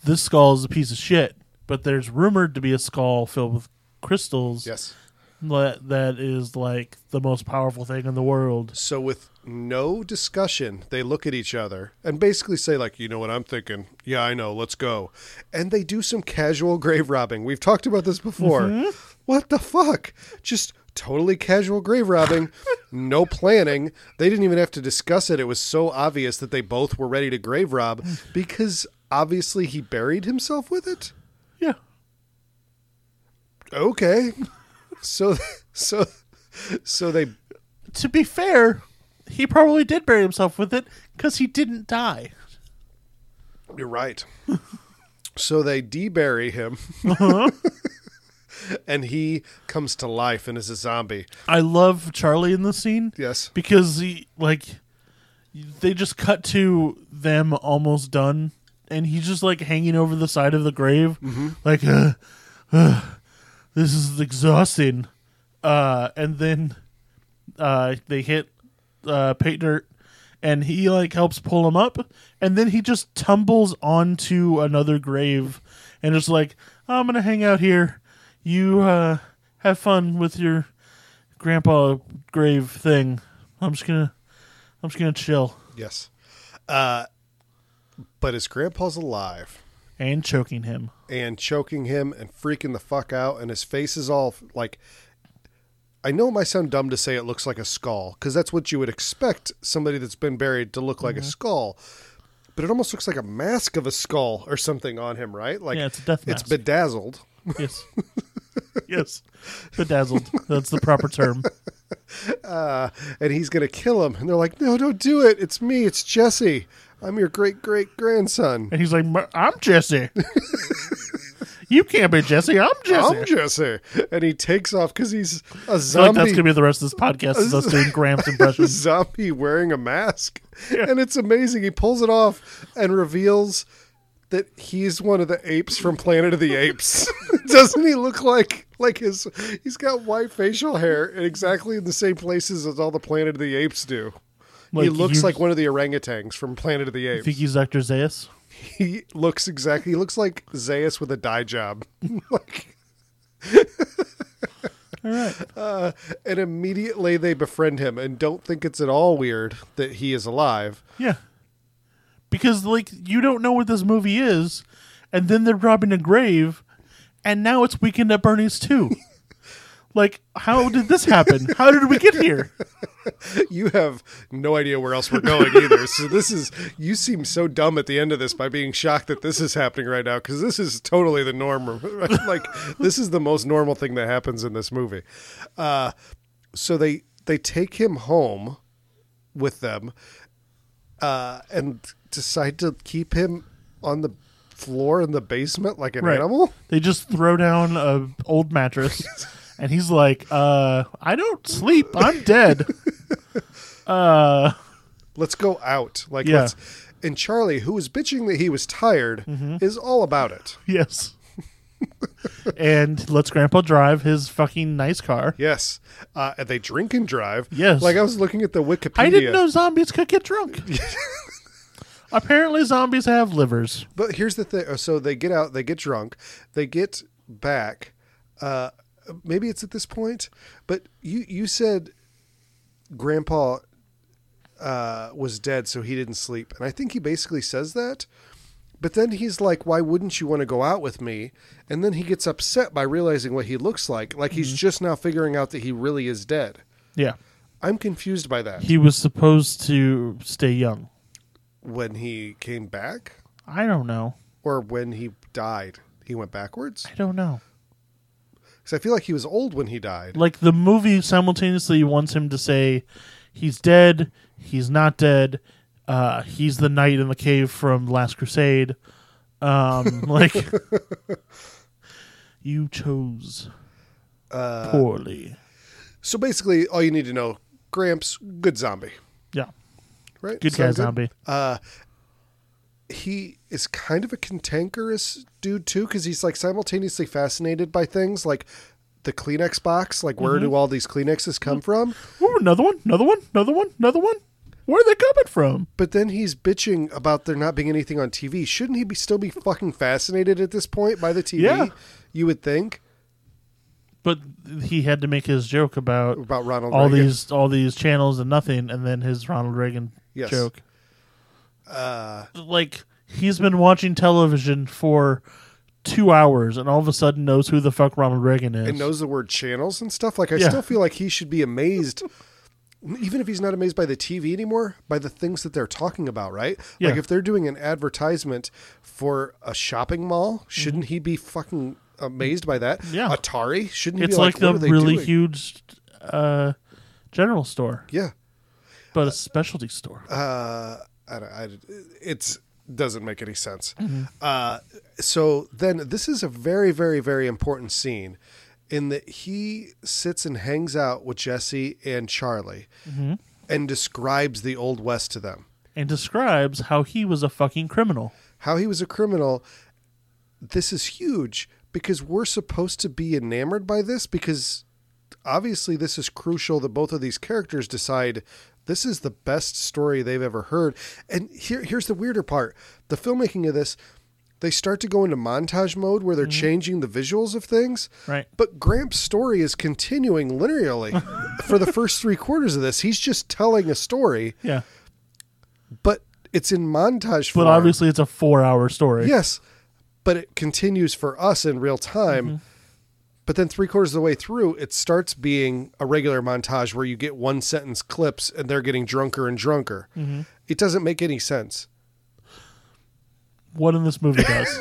this skull is a piece of shit, but there's rumored to be a skull filled with crystals
Yes.
that, that is like the most powerful thing in the world.
So with no discussion, they look at each other and basically say like, you know what I'm thinking? Yeah, I know. Let's go. And they do some casual <laughs> grave robbing. We've talked about this before. What the fuck? Just totally casual grave robbing, <laughs> no planning. They didn't even have to discuss it. It was so obvious that they both were ready to grave rob because obviously he buried himself with it.
Yeah.
Okay. <laughs> So so so they
To be fair, he probably did bury himself with it because he didn't die.
You're right. so they debury him. <laughs> and he comes to life and is a zombie.
I love Charlie in this scene.
Yes.
because he like they just cut to them almost done and he's just like hanging over the side of the grave like uh, uh, this is exhausting uh and then uh they hit uh paint dirt and he like helps pull him up and then he just tumbles onto another grave and is like i'm gonna hang out here you uh have fun with your grandpa grave thing. I'm just gonna I'm just gonna chill.
Yes. Uh, but his grandpa's alive
And choking him.
and choking him and freaking the fuck out. And his face is all like. I know it might sound dumb to say it looks like a skull because that's what you would expect somebody that's been buried to look
Mm-hmm.
like a skull. But it almost looks like a mask of a skull or something on him, right? Like
Yeah, it's a death
it's
mask.
bedazzled.
Yes. <laughs> yes. Bedazzled. That's the proper term.
and he's going to kill him. And they're like, no, don't do it. It's me. It's Jesse. I'm your great great grandson.
And he's like, "M- I'm Jesse. <laughs> You can't be Jesse. I'm Jesse.
I'm Jesse, and he takes off because he's a
I feel like
zombie.
that's gonna be the rest of this podcast is us doing Graham's
a
impressions.
zombie <laughs> wearing a mask. And it's amazing. He pulls it off and reveals that he's one of the apes from Planet of the Apes. <laughs> Doesn't he look like like his he's got white facial hair in exactly in the same places as all the Planet of the Apes do. he
Like,
looks
you-
like one of the orangutans from Planet of the
I think
Apes.
he's Dr. Zeus.
He looks exactly he looks like Zeus with a dye job. <laughs> like
All right.
Uh, and immediately they befriend him and don't think it's at all weird that he is alive.
Yeah. Because like you don't know what this movie is, and then they're robbing a grave, and now it's Weekend at Bernie's too. like, how did this happen? How did we get here?
<laughs> You have no idea where else we're going either. So this is you seem so dumb at the end of this by being shocked that this is happening right now because this is totally the norm. <laughs> like this is the most normal thing that happens in this movie. Uh, so they they take him home with them uh, and decide to keep him on the floor in the basement like an
Right.
animal.
They just throw down a old mattress, and he's like, uh, I don't sleep. I'm dead. Uh
let's go out like
Yeah.
let's and charlie who was bitching that he was tired
Mm-hmm.
is all about it
yes. and lets Grandpa drive his fucking nice car.
yes uh, and they drink and drive
Yes.
like i was looking at the wikipedia
I didn't know zombies could get drunk. Apparently, zombies have livers.
but here's the thing Uh, so they get out they get drunk they get back uh, maybe it's at this point but you you said grandpa uh, was dead so he didn't sleep and i think he basically says that but then he's like why wouldn't you want to go out with me and then he gets upset by realizing what he looks like like he's
Mm-hmm.
just now figuring out that he really is dead
Yeah.
i'm confused by that
He was supposed to stay young.
when he came back
I don't know.
or when he died he went backwards
I don't know.
because i feel like he was old when he died
Like the movie simultaneously wants him to say he's dead, he's not dead, uh, he's the knight in the cave from Last Crusade. Um, like you chose poorly.
So basically, all you need to know: Gramps, good zombie,
Yeah.
right?
Good guy
Sound
zombie.
Uh, he is kind of a cantankerous dude too, because he's like simultaneously fascinated by things like the Kleenex box, like where
Mm-hmm.
do all these Kleenexes come from?
Ooh, another one, another one, another one, another one. Where are they coming from?
But then he's bitching about there not being anything on TV. Shouldn't he be still be fucking fascinated at this point by the TV?
Yeah.
You would think
But he had to make his joke about
about Ronald.
all
Reagan.
these all these channels and nothing, and then his Ronald Reagan
Yes.
joke. Uh, like he's been watching television for two hours, and all of a sudden knows who the fuck Ronald Reagan is.
and knows the word channels and stuff. Like I
Yeah.
still feel like he should be amazed, even if he's not amazed by the TV anymore, by the things that they're talking about, right?
Yeah.
Like if they're doing an advertisement for a shopping mall, shouldn't he be fucking amazed by that?
Mm-hmm. Yeah.
Atari, shouldn't he
it's
be
like,
like,
the
what are they
really
doing?
huge uh, general store,
Yeah,
but a specialty store.
uh, I, don't- I, it's doesn't make any sense. Uh, so then this is a very, very, very important scene in that he sits and hangs out with Jesse and Charlie and describes the Old West to them.
and describes how he was a fucking criminal.
How he was a criminal. This is huge because we're supposed to be enamored by this because obviously this is crucial that both of these characters decide this is the best story they've ever heard. And here here's the weirder part. The filmmaking of this, they start to go into montage mode where they're changing the visuals of things. <laughs>
Right.
But Gramps' story is continuing linearly for the first three quarters of this. He's just telling a story,
Yeah,
but it's in montage
but
form.
obviously it's a four-hour story.
Yes, but it continues for us in real time.
Mm-hmm.
But then three quarters of the way through, it starts being a regular montage where you get one sentence clips and they're getting drunker and drunker.
Mm-hmm.
It doesn't make any sense.
What in this movie does?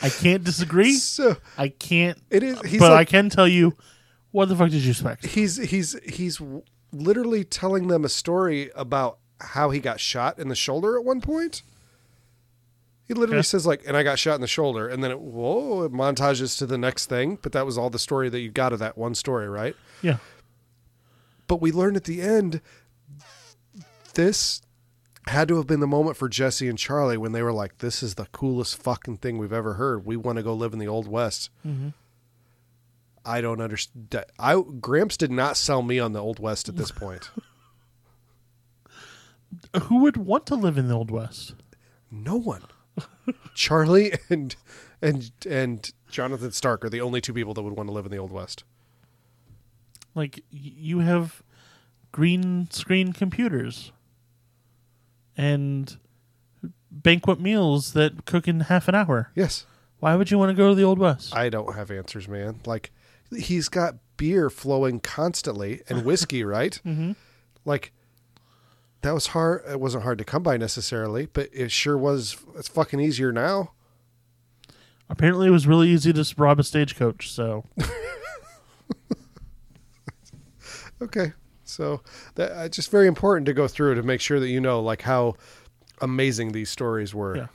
I can't disagree.
So
I can't.
it is. He's
but I
like,
can tell you, what the fuck did you expect?
he's he's he's w- literally telling them a story about how he got shot in the shoulder at one point. He literally
Yeah.
says like, "And I got shot in the shoulder," and then it whoa, it montages to the next thing. But that was all the story that you got of that one story, right? <laughs>
Yeah.
But we learn at the end this had to have been the moment for Jesse and Charlie when they were like, "This is the coolest fucking thing we've ever heard. We want to go live in the old west." I don't understand. I Gramps did not sell me on the old west at this point.
Who would want to live in the Old West?
No one. Charlie and and and Jonathan Stark are the only two people that would want to live in the old west.
Like, y- you have green screen computers and banquet meals that cook in half an hour.
Yes.
Why would you want to go to the Old West?
I don't have answers, man. Like he's got beer flowing constantly
<laughs>
and whiskey, right? mm-hmm. Like that was hard. It wasn't hard to come by necessarily, but it sure was. It's fucking easier now.
Apparently, it was really easy to s- rob a stagecoach, so.
Okay, so that uh, just very important to go through to make sure that you know like how amazing these stories were.
Yeah.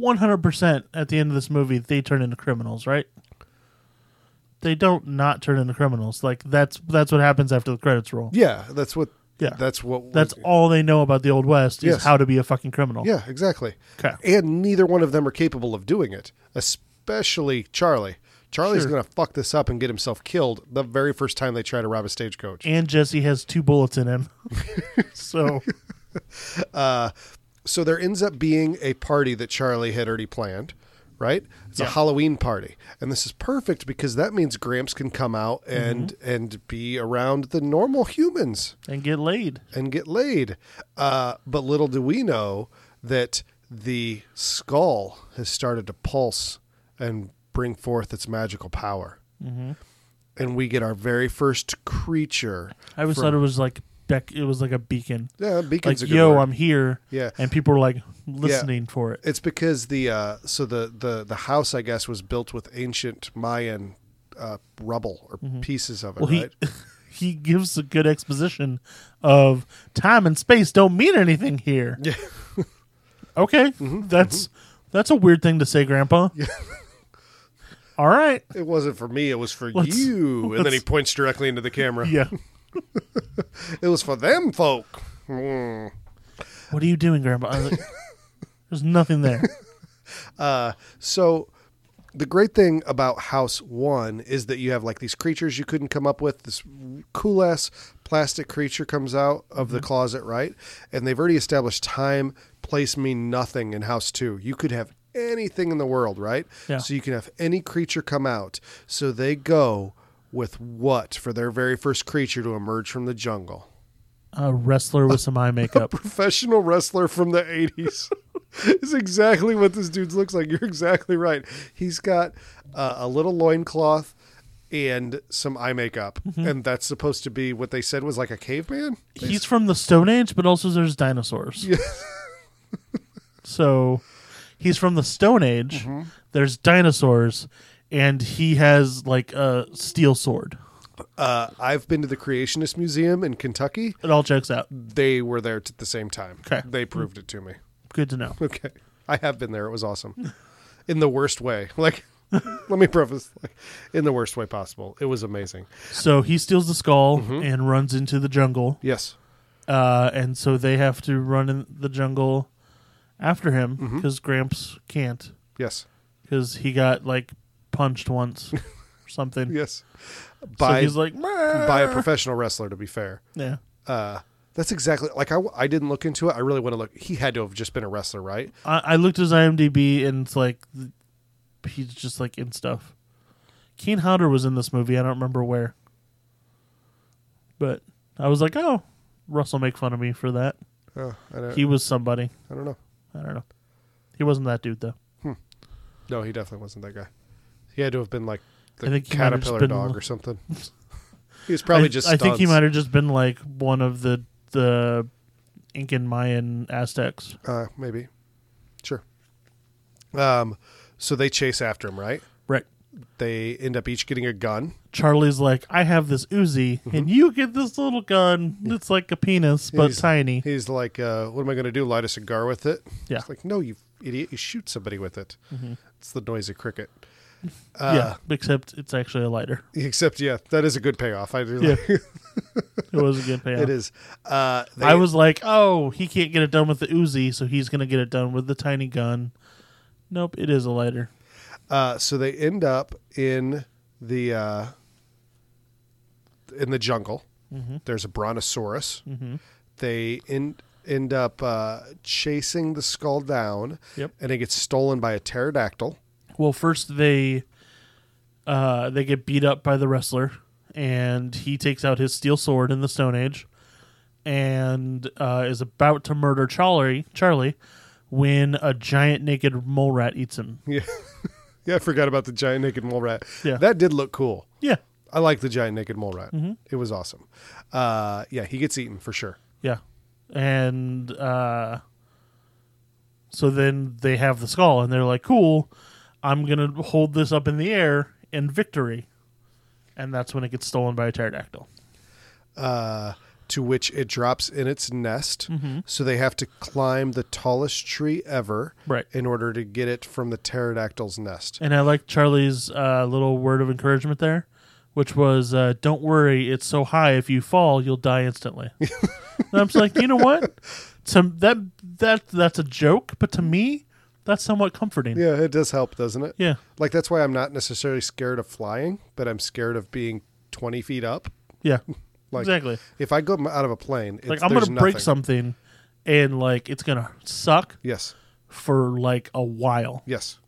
100% at the end of this movie they turn into criminals, right? They don't not turn into criminals. Like that's that's what happens after the credits roll.
Yeah, that's what.
Yeah.
that's what.
That's all they know about the old west is
Yes.
how to be a fucking criminal.
Yeah, exactly.
Okay.
And neither one of them are capable of doing it, especially Charlie. Charlie's
Sure.
going to fuck this up and get himself killed the very first time they try to rob a stagecoach.
And Jesse has two bullets in him. <laughs> so
so there ends up being a party that Charlie had already planned, right? It's a
Yeah.
Halloween party, and this is perfect because that means Gramps can come out and
Mm-hmm.
and be around the normal humans
and get laid.
and get laid. Uh, but little do we know that the skull has started to pulse and bring forth its magical power,
Mm-hmm.
and we get our very first creature.
I always
from-
thought it was like beck it was like a beacon.
yeah, beacon's a
like
good
yo,
word.
I'm here.
Yeah.
And people are like listening for it.
It's because the uh, so the, the the house I guess was built with ancient Mayan uh, rubble or pieces of it,
Mm-hmm. Well, he
right?
<laughs> he gives a good exposition of time and space don't mean anything here.
Yeah. <laughs> Mm-hmm.
okay, that's that's a weird thing to
<laughs>
say, Grandpa. All right.
It wasn't for me; it was for
Let's-
you. and then he
let's-
points directly into the camera.
Yeah.
It was for them folk.
What are you doing, Grandpa? I was like, There's nothing there.
So the great thing about House One is that you have like these creatures you couldn't come up with. This cool ass plastic creature comes out of the closet, right? And they've already established time, place mean nothing in House Two. You could have anything in the world, right?
Yeah.
So you can have any creature come out. So they go with what for their very first creature to emerge from the jungle?
A wrestler with some
<laughs>
eye makeup.
professional wrestler from the <laughs> 80s is exactly what this dude looks like. You're exactly right. He's got uh, a little loincloth and some eye makeup.
Mm-hmm.
And that's supposed to be what they said was like a caveman.
He's from the Stone Age, but also there's dinosaurs. so he's from the Stone Age.
Mm-hmm.
There's dinosaurs, and he has like a steel sword.
Uh, I've been to the Creationist Museum in Kentucky.
It all checks out.
They were there at the same time.
Okay.
They proved it to me.
Good to know.
Okay. I have been there. It was awesome. In the worst way. <laughs> Like, let me preface like, in the worst way possible. It was amazing.
So he steals the skull
Mm-hmm.
and runs into the jungle.
Yes.
Uh, and so they have to run in the jungle after him
Mm-hmm.
because Gramps can't
Yes.
because he got like
<laughs>
punched once or something.
Yes.
So
By
he's like, "Meh."
by a professional wrestler to be fair
yeah.
uh that's exactly like I, I didn't look into it i really want to look he had to have just been a wrestler right
I, I looked at his IMDb and it's like th- he's just like in stuff. Keen Hodder was in this movie. I don't remember where, but I was like, oh, Russell make fun of me for that.
oh, I, don't,
He was somebody.
I don't know
I don't know. He wasn't that dude though.
no he definitely wasn't that guy he had to have been like the
I think he might have just
caterpillar
been-
dog or
<laughs>
something he was probably
I,
just
I think he might
stunts.
have just been like one of the the Incan Mayan Aztecs.
uh maybe sure um so they chase after him right
Right.
they end up each getting a gun
Charlie's like, I have this Uzi,
Mm-hmm.
and you get this little gun. It's like a penis, but
He's-
tiny.
he's like uh what am i gonna do light a cigar with it
Yeah. Mm-hmm.
It's like no you idiot, you shoot somebody with it. It's the noise of cricket. Uh,
yeah,
Ah.
except it's actually a lighter.
Except, yeah, that is a good payoff. I do.
Yeah,
<laughs>
it was a good payoff.
It is. Uh, they-
I was like, oh, he can't get it done with the Uzi, so he's gonna get it done with the tiny gun. Nope, it is a lighter.
Uh, so they end up in the uh, in the jungle.
Mm-hmm.
There's a brontosaurus. They end end up uh, chasing the skull down,
Yep.
and it gets stolen by a pterodactyl. <laughs>
Well, first they uh, they get beat up by the wrestler, and he takes out his steel sword in the Stone Age, and uh, is about to murder Charlie. Charlie, when a giant naked mole rat eats him.
Yeah, yeah. I forgot about the giant naked mole rat.
Yeah. Mm-hmm.
that did look cool.
Yeah,
I like the giant naked mole rat. It was awesome. Uh, yeah, he gets eaten for sure.
yeah, and uh, so then they have the skull, and they're like, "Cool, I'm gonna hold this up in the air in victory," and that's when it gets stolen by a pterodactyl.
uh, to which it drops in its nest.
Mm-hmm.
So they have to climb the tallest tree ever
Right.
in order to get it from the pterodactyl's nest.
And I like Charlie's uh, little word of encouragement there, which was, uh, "Don't worry, it's so high. If you fall, you'll
<laughs>
die instantly." and I'm just like, you know what? To that that that's a joke, but to me, that's somewhat comforting.
Yeah, it does help, doesn't it?
yeah,
Like that's why I'm not necessarily scared of flying, but I'm scared of being 20 feet up.
yeah.
<laughs> Like
exactly.
if I go m- out of a plane, it's,
Like I'm gonna
there's
break
nothing.
something, and like it's gonna suck
Yes,
for like a while,
yes.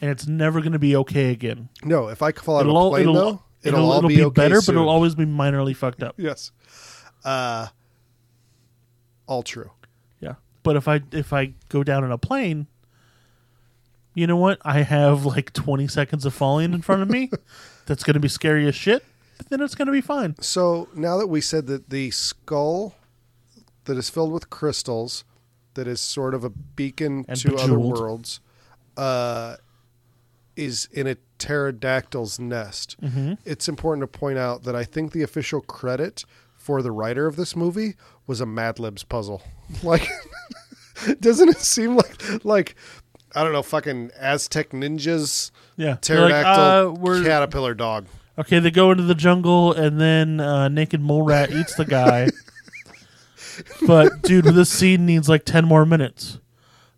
and it's never gonna be okay again.
No, if I fall out
It'll
of a
all
plane
it'll
though, it'll, all
it'll
be,
be,
okay
better,
soon.
but it'll always be minorly fucked up.
yes, uh, all true.
Yeah. But if I if I go down in a plane, you know what? I have like 20 seconds of falling in front of <laughs> me. That's going to be scary as shit. But then it's going to be fine.
So now that we said that the skull that is filled with crystals, that is sort of a beacon
And
to other
bejeweled.
worlds, uh, is in a pterodactyl's nest.
Mm-hmm.
It's important to point out that I think the official credit for the writer of this movie was a Mad Libs puzzle. <laughs> Like, doesn't it seem like like I don't know, fucking Aztec ninjas,
Yeah. They're like,
pterodactyl,
uh, we're-
caterpillar dog.
Okay, they go into the jungle and then uh, naked mole rat eats the <laughs> guy. but dude, this scene needs like 10 more minutes.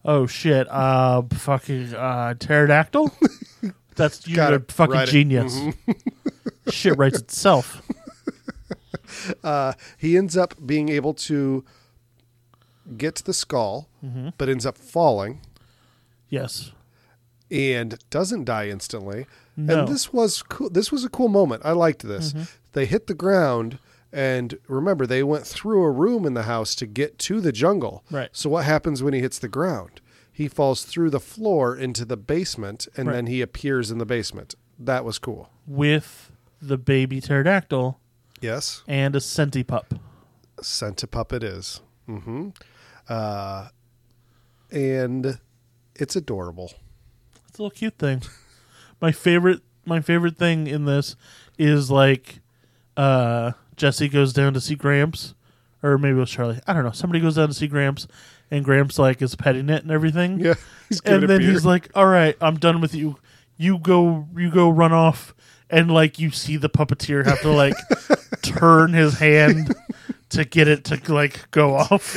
Oh shit. Uh fucking uh pterodactyl? That's you're
Got
a
it.
fucking
Write it. Mm-hmm.
genius. shit writes itself.
uh, he ends up being able to get to the skull,
Mm-hmm.
but ends up falling
Yes.
and doesn't die instantly.
No. Mm-hmm.
And this was cool. This was a cool moment. I liked this. They hit the ground, and remember, they went through a room in the house to get to the jungle.
Right.
So what happens when he hits the ground? He falls through the floor into the basement, and
Right.
then he appears in the basement. That was cool.
with the baby pterodactyl
Yes,
and a centipup.
Centipop it is. Mm-hmm. Uh, and it's adorable.
It's a little cute thing. My favorite my favorite thing in this is like uh Jesse goes down to see Gramps or maybe it was Charlie. I don't know. Somebody goes down to see Gramps and Gramps like is petting it and everything.
Yeah, he's giving
and
it
then
beer.
he's like, "All right, I'm done with you. You go, you go, run off." And like, you see the puppeteer have
<laughs>
to like turn his hand to get it to like go off.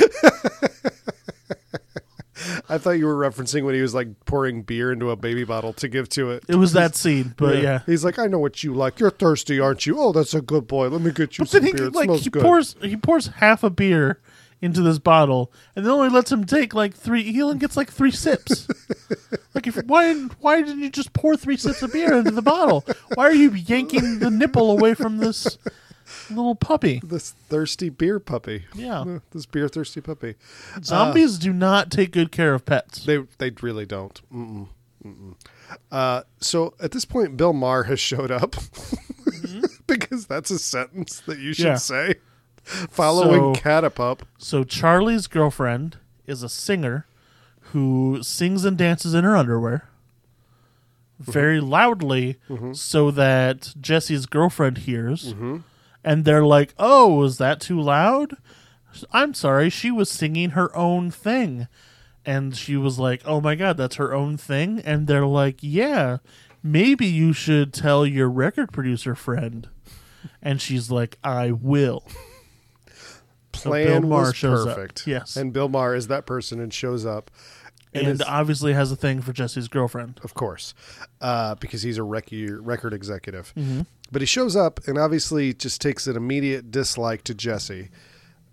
I thought you were referencing when he was like pouring beer into a baby bottle to give to it.
It was that scene, but yeah.
He's like, I know what you like. You're thirsty, aren't you? Oh, that's a good boy. Let me get you
Then
some
he
beer. It
like
smells
he
good.
pours he pours half a beer into this bottle, and then only lets him take like three. He only gets like three sips. <laughs> like, if why why didn't you just pour three sips of beer into the bottle? Why are you yanking the nipple away from this little <laughs> puppy?
this thirsty beer puppy.
Yeah,
<laughs> This beer thirsty puppy.
Uh, zombies do not take good care of pets.
They they really don't. Mm-mm. Mm-mm. Uh, so at this point, Bill Maher has showed up <laughs> because that's a sentence that you should
Mm-hmm. Yeah.
say. Following
So-
Catapup,
So Charlie's girlfriend is a singer who sings and dances in her underwear very loudly so that Jesse's girlfriend hears. And they're like, "Oh, was that too loud?" I'm sorry, she was singing her own thing. and she was like, "Oh my god, that's her own thing." And they're like, "Yeah, maybe you should tell your record producer friend." And she's like, "I will."
Plan
Bill Maher
was
shows up.
perfect.
Yes.
and Bill Maher is that person and shows up, and,
And,
is,
obviously has a thing for Jesse's girlfriend.
of course, uh, because he's a rec- record executive. But he shows up and obviously just takes an immediate dislike to Jesse.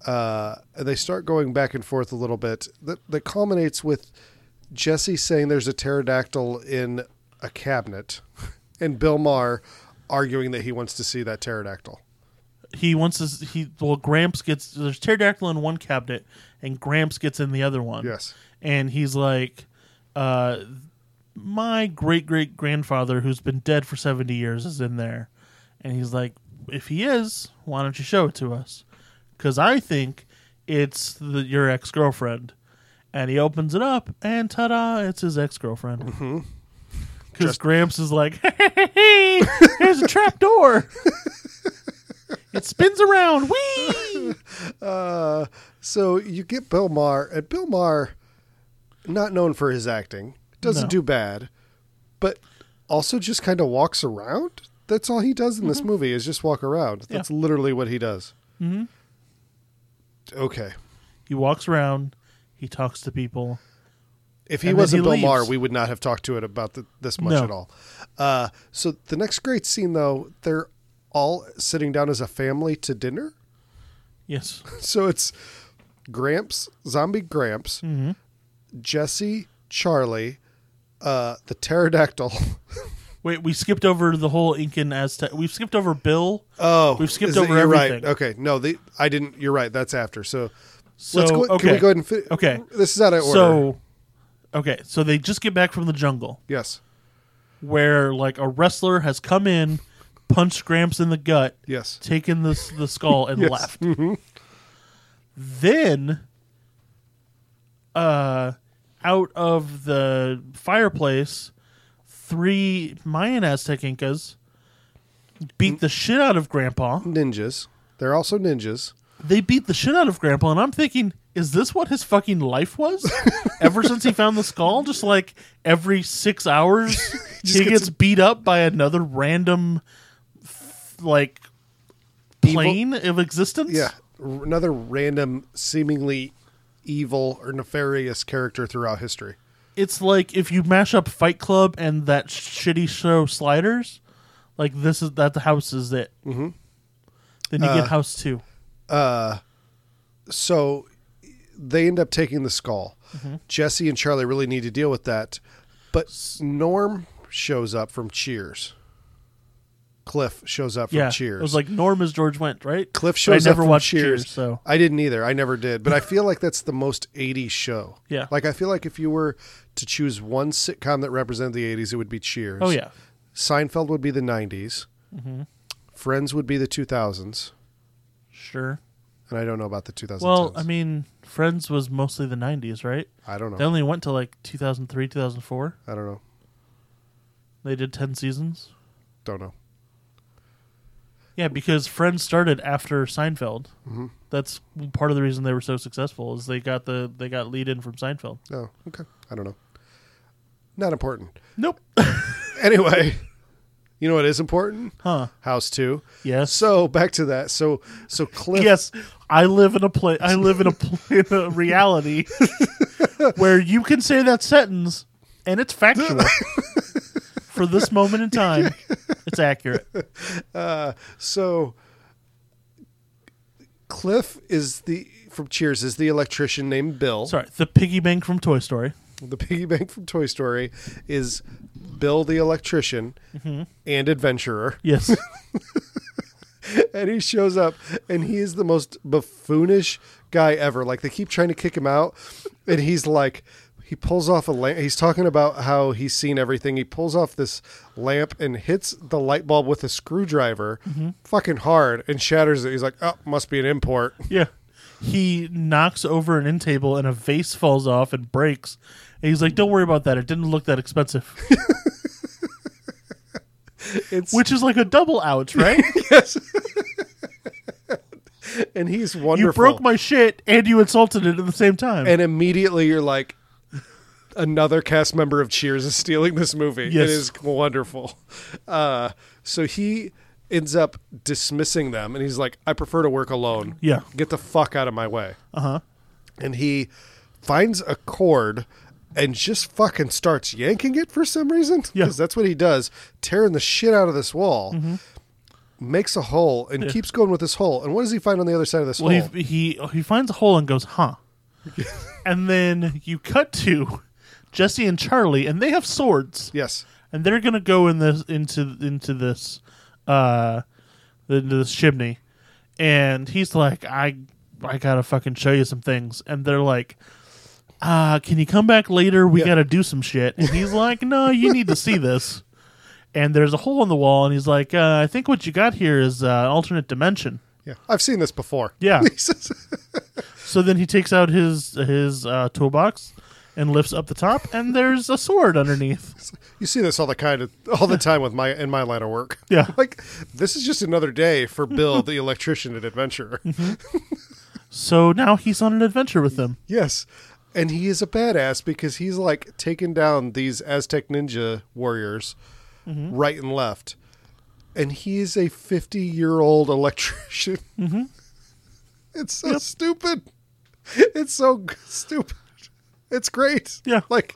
Uh, and they start going back and forth a little bit. That that culminates with Jesse saying there's a pterodactyl in a cabinet, <laughs> and Bill Maher arguing that he wants to see that pterodactyl.
He wants to. He well, Gramps gets there's pterodactyl in one cabinet, and Gramps gets in the other one.
Yes.
and he's like, uh, my great great grandfather, who's been dead for 70 years, is in there. And he's like, if he is, why don't you show it to us? Because I think it's the, your ex girlfriend. And he opens it up, and ta da, it's his ex girlfriend. Because <laughs> Gramps is like, <laughs> hey, there's a trap door. it spins around. Whee!
Uh, so you get Bill Maher, and Bill Maher, not known for his acting, doesn't
No.
do bad, but also just kind of walks around. That's all he does in this movie is just walk around.
Mm-hmm. Yeah.
That's literally what he does. Mm-hmm. Okay,
<laughs> He walks around, he talks to people.
if he
And then
wasn't
he
Bill
leaves.
Maher, we would not have talked to it about th this much
No.
at all. Uh, so the next great scene, though, they're all sitting down as a family to dinner.
Yes.
So it's Gramps, zombie Gramps, Jesse, Charlie, uh, the pterodactyl.
Wait, we skipped over the whole Incan Aztec. We've skipped over Bill.
Oh,
We've skipped
is it-
over
you're
everything.
Right. Okay, no, the, I didn't. You're right. That's after. So,
So
let's go.
okay,
Can we go ahead and fit?
Okay.
this is out of order.
so okay, so they just get back from the jungle
yes,
where like a wrestler has come in, punched Gramps in the gut,
yes,
taken the s- the skull
<laughs>
and
Yes. Mm-hmm.
left. Then, uh, out of the fireplace, three Mayan Aztec Incas
Mm.
beat the shit out of Grandpa.
ninjas. They're also ninjas.
they beat the shit out of grandpa and i'm thinking is this what his fucking
<laughs>
life was ever since he found the skull just like every six
<laughs>
hours he gets,
gets-
beat up by another random f- like
Evil-
plane of existence
Yeah, r- another random, seemingly evil or nefarious character throughout history.
it's like if you mash up fight club and that shitty show sliders like this is that the house is it mm-hmm. then you
Uh,
get house two
so they end up taking the skull.
Mm-hmm.
Jesse and Charlie really need to deal with that. But Norm shows up from Cheers. Cliff shows up from
yeah
Cheers.
it was like norm is george went right
Cliff
But
shows
i never
up from
watched
Cheers.
so
I didn't either. I never did. But I feel like that's the most 80s show.
Yeah.
Like I feel like if you were to choose one sitcom that represented the 80s, it would be Cheers.
oh yeah Mm-hmm.
Seinfeld would be the 90s. Friends would be the 2000s.
sure
And I don't know about the 2010s.
Well, I mean, Friends was mostly the '90s, right?
I don't
They
know.
only went to like 2003, 2004.
I don't know.
They did ten seasons.
Don't know.
Yeah, because Friends started after Seinfeld. Mm-hmm. That's part of the reason they were so successful is they got the they got lead in from Seinfeld.
Oh, okay. I don't know. Not important.
Nope.
Anyway, <laughs> you know what is important?
Huh.
House two.
Yes.
So back to that. So so Cliff.
<laughs> yes, I live in a place. I live in a, pla <laughs> in a <laughs> reality where you can say that sentence and it's <laughs> factual. For this moment in time, it's accurate.
So Cliff is the from Cheers is the electrician named Bill.
Sorry, the piggy bank from Toy Story.
The piggy bank from Toy Story is Bill the electrician
Mm-hmm.
and adventurer,
Yes.
and he shows up and he is the most buffoonish guy ever. Like they keep trying to kick him out, and he's like. He pulls off a lamp. He's talking about how he's seen everything. He pulls off this lamp and hits the light bulb with a screwdriver, fucking hard, and shatters it. He's like, "Oh, must be an import."
Yeah. He knocks over an end table and a vase falls off and breaks. And he's like, Don't worry about that. It didn't look that expensive.
<laughs> It's
Which is like a double ouch, right?
<laughs> and he's
you
wonderful.
broke my shit and you insulted it at the same time.
and immediately you're like, another cast member of Cheers is stealing this movie.
Yes.
It is wonderful. Uh, so he ends up dismissing them, and he's like, "I prefer to work alone.
Yeah.
Get the fuck out of my way."
Uh huh.
And he finds a cord and just fucking starts yanking it for some reason.
Yeah. Mm-hmm.
because that's what he does, tearing the shit out of this wall. Makes a hole and keeps going with this hole. And what does he find on the other side of this
Well,
hole?
he he he finds a hole and goes, "Huh," and then you cut to Jesse and Charlie, and they have swords,
Yes.
and they're gonna go in this into into this uh into this chimney, and he's like, "I I gotta fucking show you some things," and they're like. Uh, can you come back later? We
Yeah.
gotta do some shit. And he's like, No, you need to <laughs> see this. And there's a hole in the wall, and he's like, uh, I think what you got here is uh, an alternate dimension.
Yeah. I've seen <laughs> this before.
Yeah.
He says-
So then he takes out his his uh, toolbox and lifts up the top, and there's a sword <laughs> underneath.
You see this all the kind of all the time with my in my line of work.
Yeah.
<laughs> Like this is just another day for Bill the electrician and adventurer.
So now he's on an adventure with them.
yes. And he is a badass because he's like taking down these Aztec ninja warriors right and left. And he is a 50 year old electrician. <laughs> It's so stupid. It's so g- stupid. It's great.
Yeah.
Like,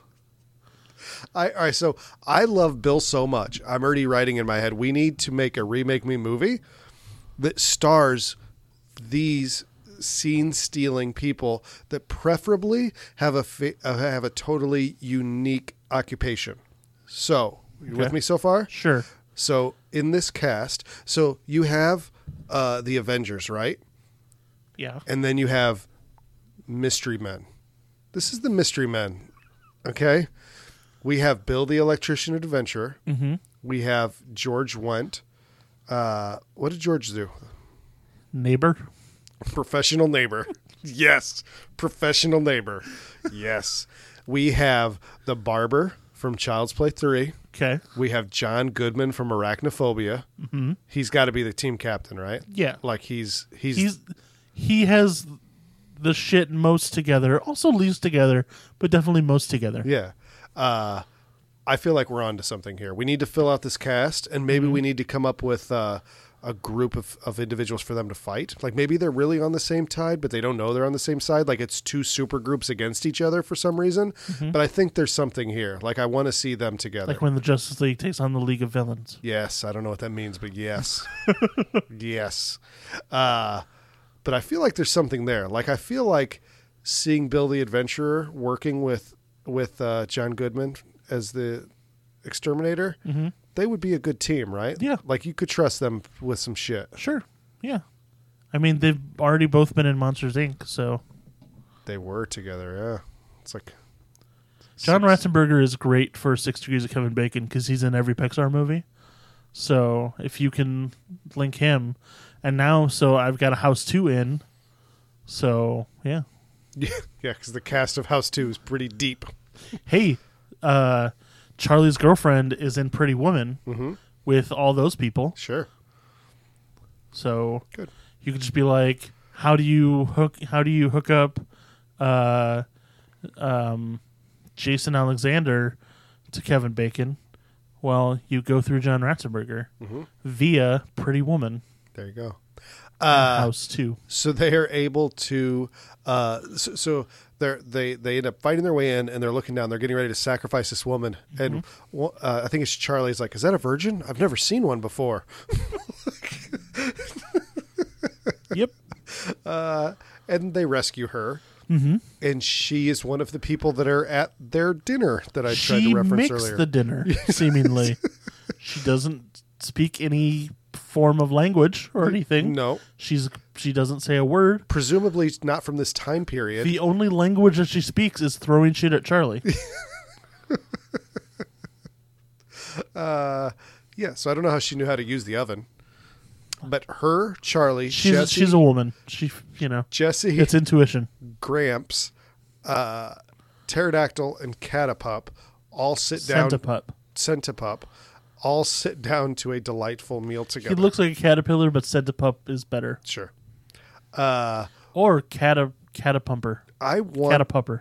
I, all right, so I love Bill so much. I'm already writing in my head. We need to make a remake me movie that stars these scene stealing people that preferably have a fa- uh, have a totally unique occupation. So, you with
Okay.
me so far?
Sure.
So, in this cast, so you have uh, the Avengers, right?
Yeah.
and then you have mystery men. This is the mystery men. Okay, we have Bill the electrician adventurer. Mm-hmm. We have George Wendt. Uh, what did George do?
Neighbor.
Professional neighbor. <laughs> yes, professional neighbor. Yes, we have the barber from Child's Play Three.
Okay.
We have John Goodman from Arachnophobia. Mm-hmm. He's got to be the team captain, right?
Yeah.
Like he's he's,
He's he has the shit most together, also least together, but definitely most together.
<laughs> Yeah. Uh, I feel like we're on to something here. We need to fill out this cast, and maybe we need to come up with uh, a group of, of individuals for them to fight. Like maybe they're really on the same side, but they don't know they're on the same side. Like it's two super groups against each other for some reason. But I think there's something here. Like I want to see them together.
Like when the Justice League takes on the League of Villains.
yes. I don't know what that means, but yes. yes. Uh, but I feel like there's something there. Like I feel like seeing Bill the Adventurer working with with uh, John Goodman as the exterminator, they would be a good team, right?
Yeah.
like you could trust them with some shit.
Sure. Yeah. I mean, they've already both been in Monsters Inc. So
They were together. Yeah, it's like <laughs>
John
Six-
Ratzenberger is great for Six Degrees of Kevin Bacon because he's in every Pixar movie. So if you can link him, and now so I've got a House Two in. So yeah,
yeah, yeah, because the cast of House Two is pretty deep.
hey, uh, Charlie's girlfriend is in Pretty Woman
Mm-hmm.
with all those people.
Sure,
So
good.
you could just be like, how do you hook? How do you hook up, uh, um, Jason Alexander to Kevin Bacon? Well, you go through John Ratzenberger
Mm-hmm.
via Pretty Woman
There you go. Uh, <laughs>
House Two.
so they are able to uh so, so they're they they end up fighting their way in and they're looking down they're getting ready to sacrifice this woman
Mm-hmm.
and wo- uh, i think it's charlie's like is that a virgin i've never seen one before
yep.
uh and they rescue her
Mm-hmm.
and she is one of the people that are at their dinner that i tried
She
to reference
makes
earlier <laughs>
the dinner. Seemingly, she doesn't speak any form of language or anything.
no
She's she doesn't say a word.
presumably not from this time period
The only language that she speaks is throwing shit
<laughs>
at Charlie.
uh yeah so i don't know how she knew how to use the oven but her charlie
She's
jesse
she's a woman. She you know
jesse
it's intuition.
Gramps, uh, Pterodactyl, and Catapup all sit down.
Centipup.
Centipup all sit down to a delightful meal
He
together.
looks like a caterpillar, but Centipup is better.
sure. Uh,
Or cata catapumper.
I want
Catapupper.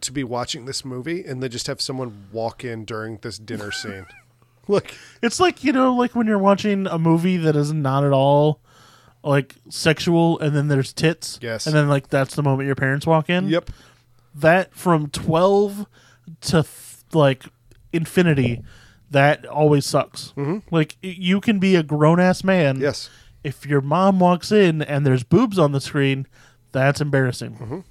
to be watching this movie and then just have someone walk in during this dinner
<laughs>
scene. like,
It's like you know, like when you're watching a movie that is not at all like sexual, and then there's tits.
Yes.
And then like that's the moment your parents walk in.
yep.
That from twelve to th- like infinity, that always sucks. Mm-hmm. Like y- you can be a grown ass man.
Yes.
If your mom walks in and there's boobs on the screen, that's embarrassing.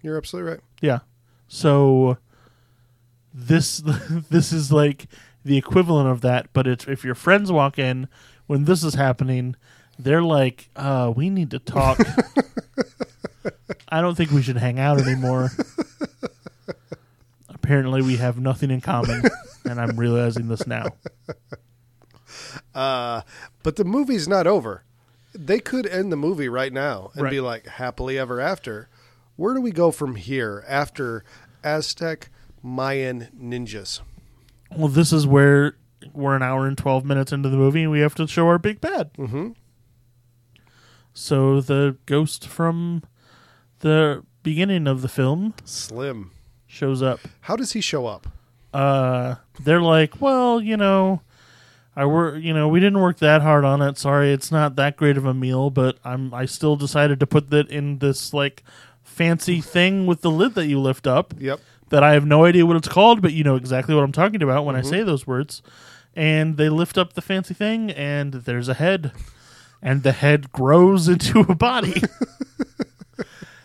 You're absolutely right.
Yeah. So this <laughs> this is like the equivalent of that, but it's if your friends walk in when this is happening, they're like, uh, "We need to talk." I don't think we should hang out anymore. Apparently, we have nothing in common, and I'm realizing this now.
Uh, but the movie's not over. They could end the movie right now and
Right.
be like happily ever after. Where do we go from here after Aztec Mayan ninjas?
Well, this is where we're an hour and 12 minutes into the movie and we have to show our big bad. Mm-hmm. So the ghost from the beginning of the film
Slim.
shows up.
How does he show up?
Uh, they're like, well, you know, I wor- you know, we didn't work that hard on it. Sorry, it's not that great of a meal, but I'm I still decided to put that in this like fancy thing with the lid that you lift up
Yep.
that I have no idea what it's called, but you know exactly what I'm talking about when I say those words. And they lift up the fancy thing, and there's a head, and the head grows <laughs> into a body.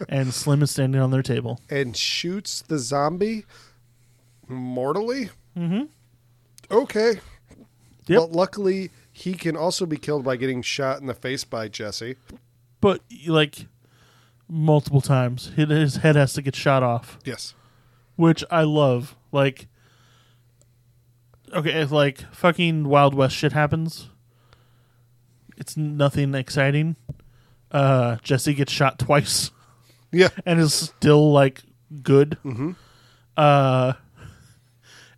and Slim is standing on their table.
And shoots the zombie mortally? Mm-hmm. Okay.
Yep.
But luckily, he can also be killed by getting shot in the face by Jesse.
But like multiple times, his- his head has to get shot off,
Yes.
which I love. Like, okay, if like fucking Wild West shit happens, it's nothing exciting. Uh, Jesse gets shot twice.
Yeah.
<laughs> and is still like good. Mm-hmm. Uh,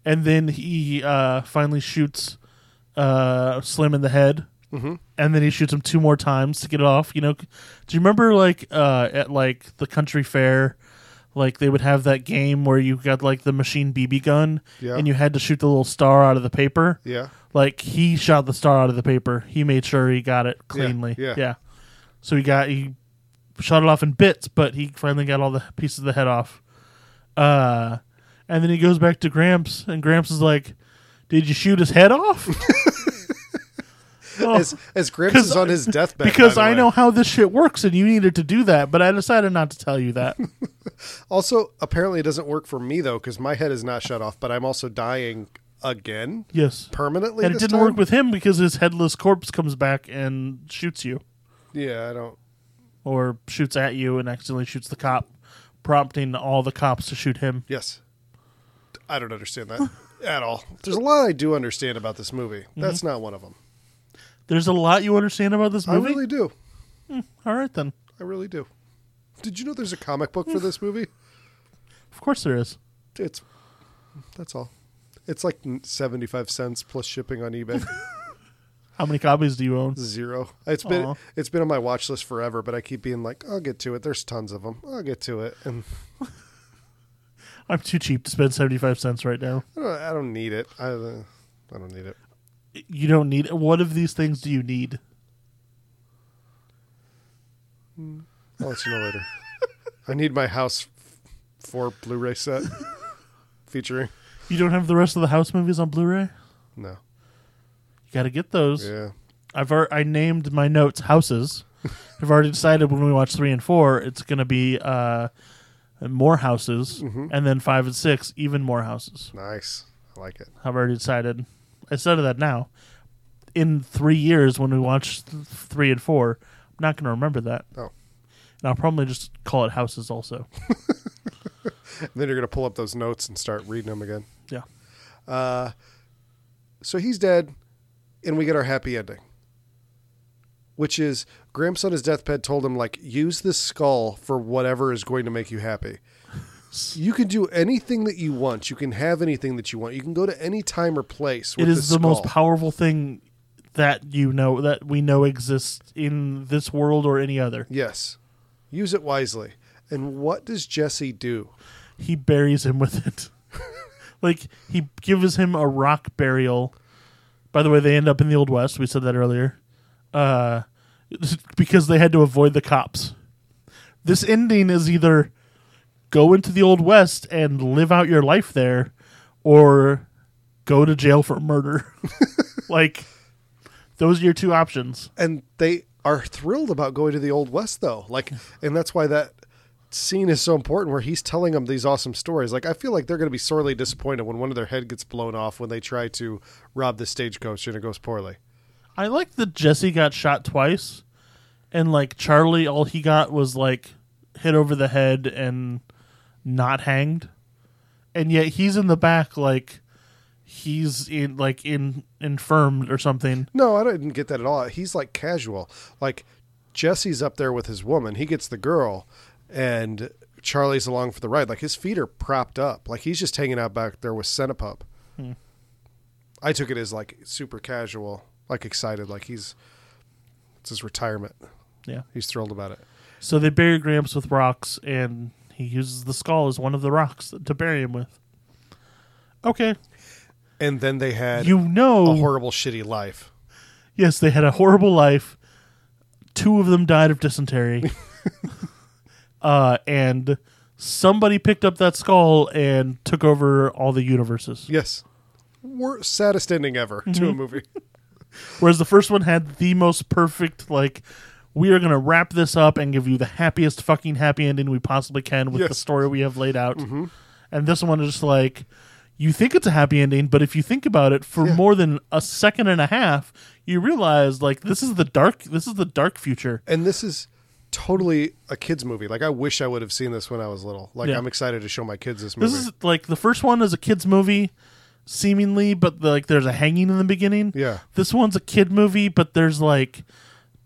and then he uh, finally shoots uh, Slim in the head, mm-hmm. and then he shoots him two more times to get it off. You know, do you remember like uh, at like the country fair? Like they would have that game where you got like the machine BB gun,
Yeah.
and you had to shoot the little star out of the paper.
Yeah.
Like he shot the star out of the paper. He made sure he got it cleanly.
yeah.
So he got he shot it off in bits, but he finally got all the pieces of the head off. Uh and then he goes back to Gramps and Gramps is like, Did you shoot his
<laughs>
head off? Oh,
As, as Gramps
<laughs> 'Cause
is on his deathbed.
because
by the
I
way.
know how this shit works and you needed to do that, but I decided not to tell
<laughs>
you that.
Also, apparently, it doesn't work for me though, because my head is not shut off, but I'm also dying again
yes.
permanently.
And it
this
didn't
time?
work with him because his headless corpse comes back and shoots you.
Yeah, I don't.
or shoots at you and accidentally shoots the cop, prompting all the cops to shoot him.
Yes, I don't understand <laughs> that at all. Mm-hmm. There's a lot I do understand about this movie. That's not one of them.
There's a lot you understand about this
I
movie.
really do.
all right then.
I really do. Did you know there's a comic book for this movie?
Of course there is.
<laughs> It's that's all. It's like seventy five cents plus shipping on <laughs> eBay.
How many copies do you own?
Zero. It's been
Aw.
it's been on my watch list forever, but I keep being like, I'll get to it. There's tons of them. I'll get to it, and
I'm too cheap to spend 75 cents right now.
I don't, I don't need it. I, uh, I don't need it.
You don't need What of these things do you need?
I'll let you know <laughs> later. I need my house f- for Blu-ray set <laughs> featuring.
You don't have the rest of the house movies on Blu-ray? You
No.
got to get those.
Yeah.
I've already, I named my notes houses.
<laughs>
I've already decided when we watch 3 and 4, it's going to be uh more houses
Mm-hmm.
and then 5 and 6 even more houses.
Nice. I like it.
I've already decided. Instead of that now, in three years when we watch th- three and four, I'm not going to remember that.
Oh.
And I'll probably just call it houses also.
then you're gonna pull up those notes and start reading them again.
Yeah.
So he's dead, and we get our happy ending, which is Gramps on his deathbed told him like use this skull for whatever is going to make you happy. You can do anything that you want. You can have anything that you want. You can go to any time or place. <laughs> With
it is
this
the most
skull.
powerful thing that you know, that we know exists in this world or any other.
Yes. Use it wisely. And what does Jesse do?
he buries him with it. <laughs> like he gives him a rock burial. By the way, they end up in the old west. We said that earlier, uh, <laughs> because they had to avoid the cops. This ending is either go into the old west and live out your life there, or go to jail for murder. <laughs> like those are your two options.
and they are thrilled about going to the old west though like and that's why that scene is so important where he's telling them these awesome stories like i feel like they're going to be sorely disappointed when one of their head gets blown off when they try to rob the stagecoach and it goes poorly
I like that Jesse got shot twice, and like Charlie, all he got was like hit over the head and not hanged, and yet he's in the back like he's in like in infirmed or something.
no i didn't get that at all he's like casual like jesse's up there with his woman he gets the girl and charlie's along for the ride like his feet are propped up like he's just hanging out back there with centipup i took it as like super casual like excited like he's it's his retirement
Yeah.
He's thrilled about it.
So they bury Gramps with rocks, and he uses the skull as one of the rocks to bury him with. Okay,
And then they had
you
a
know,
horrible, shitty life.
yes, they had a horrible life. Two of them died
<laughs>
of dysentery. uh, and somebody picked up that skull and took over all the universes.
Yes. Worst, saddest ending ever to a movie.
Whereas the first one had the most perfect, like, we are going to wrap this up and give you the happiest fucking happy ending we possibly can with the
Yes. Mm-hmm.
story we have laid out. And this one is just like, you think it's a happy ending, but if you think about it for
Yeah.
more than a second and a half, you realize like this is the dark this is the dark future.
And this is totally a kids movie. Like I wish I would have seen this when I was little. Like
Yeah.
I'm excited to show my kids this movie.
This is like the first one is a kids movie, seemingly, but like there's a hanging in the beginning.
yeah.
This one's a kid movie, but there's like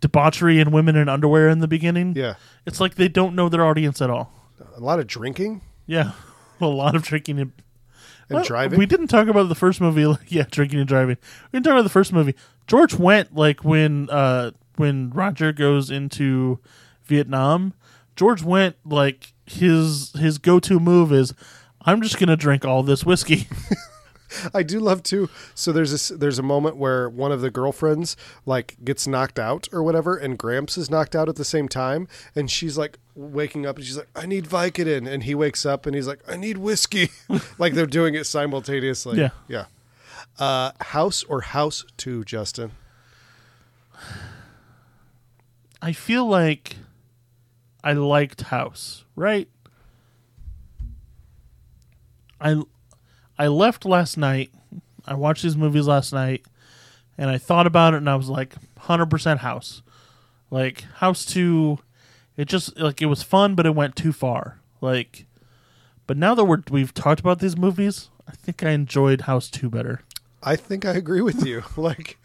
debauchery and women in underwear in the beginning.
Yeah.
It's like they don't know their audience at all.
A lot of drinking
Yeah, <laughs> a lot of drinking and,
and
Well,
driving.
We didn't talk about the first movie. <laughs> like- yeah, drinking and driving. We didn't talk about the first movie. George went like when uh when Roger goes into Vietnam. George went like his his go to move is, I'm just gonna drink all this whiskey. <laughs>
I do love to. So there's this there's a moment where one of the girlfriends like gets knocked out or whatever, and Gramps is knocked out at the same time, and she's like waking up and she's like, "I need Vicodin," and he wakes up and he's like, "I need
<laughs>
whiskey." like they're doing it simultaneously.
Yeah.
yeah. Uh, house or House Two, Justin?
I feel like I liked House, right? I I left last night. I watched these movies last night and I thought about it and I was like 100% House. Like House 2 it just like it was fun but it went too far. Like but now that we're we've talked about these movies, I think I enjoyed House 2 better.
I think I agree with you. <laughs> like,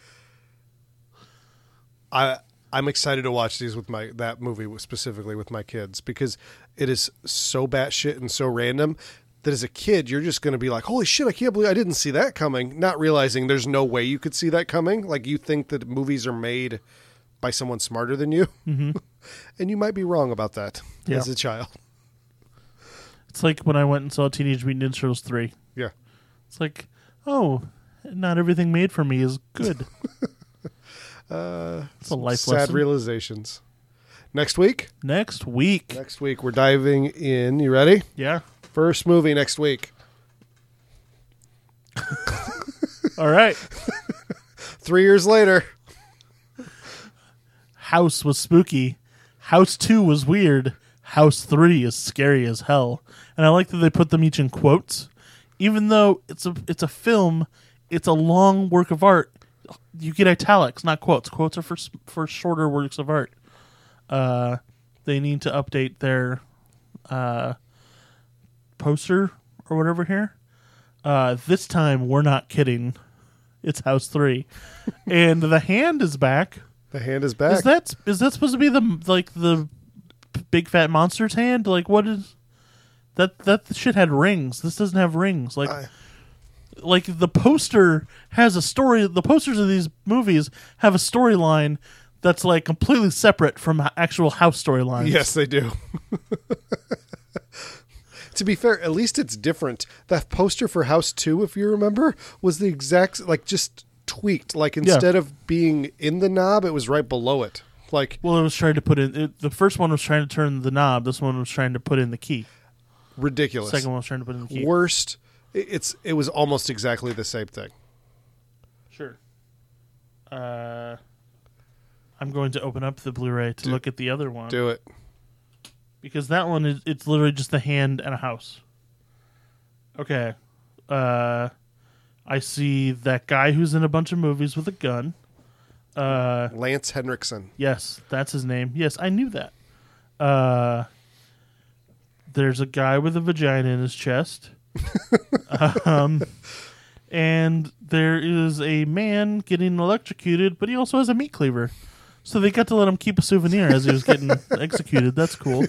I I'm excited to watch these with my that movie specifically with my kids because it is so batshit and so random that as a kid you're just going to be like, holy shit, I can't believe I didn't see that coming, not realizing there's no way you could see that coming. Like you think that movies are made by someone smarter than you, <laughs> and you might be wrong about that
Mm-hmm. Yeah.
as a child. <laughs>
It's like when I went and saw Teenage Mutant Ninja Turtles 3.
Yeah.
It's like, oh, not everything made for me is good.
<laughs> Uh,
It's a life
sad
lesson.
realizations. Next week.
Next week.
Next week we're diving in. You ready?
Yeah.
First movie next week.
All right.
Three years later.
House was spooky. House 2 was weird. House 3 is scary as hell. And I like that they put them each in quotes. Even though it's a it's a film, it's a long work of art. You get italics, not quotes. Quotes are for s- for shorter works of art. Uh, they need to update their uh, poster or whatever here. Uh, this time we're not kidding. It's House 3. and the hand is back.
The hand is back.
Is <laughs> that is that supposed to be the like the p- big fat monster's hand? Like what is that that shit had rings. This doesn't have rings. Like
I-
like the poster has a story. The posters of these movies have a storyline that's like completely separate from h- actual house storylines.
yes, they do. <laughs> to be fair, at least it's different. That poster for House Two, if you remember, was the exact like just tweaked. Like instead of being in the knob, it was right below it. Like
Well, it was trying to put in it, the first one was trying to turn the knob. This one was trying to put in the key.
ridiculous.
Second one was trying to put in the key.
Worst. it- It's it was almost exactly the same thing.
Sure. Uh, I'm going to open up the Blu-ray to
Do-
look at the other one
Do it.
because that one is it's literally just a hand and a house. Okay. Uh, I see that guy who's in a bunch of movies with a gun. Uh,
Lance Henriksen.
yes, that's his name. Yes, I knew that. Uh, there's a guy with a vagina in his chest. um, and there is a man getting electrocuted, but he also has a meat cleaver. So they got to let him keep a souvenir as he was getting executed. That's cool.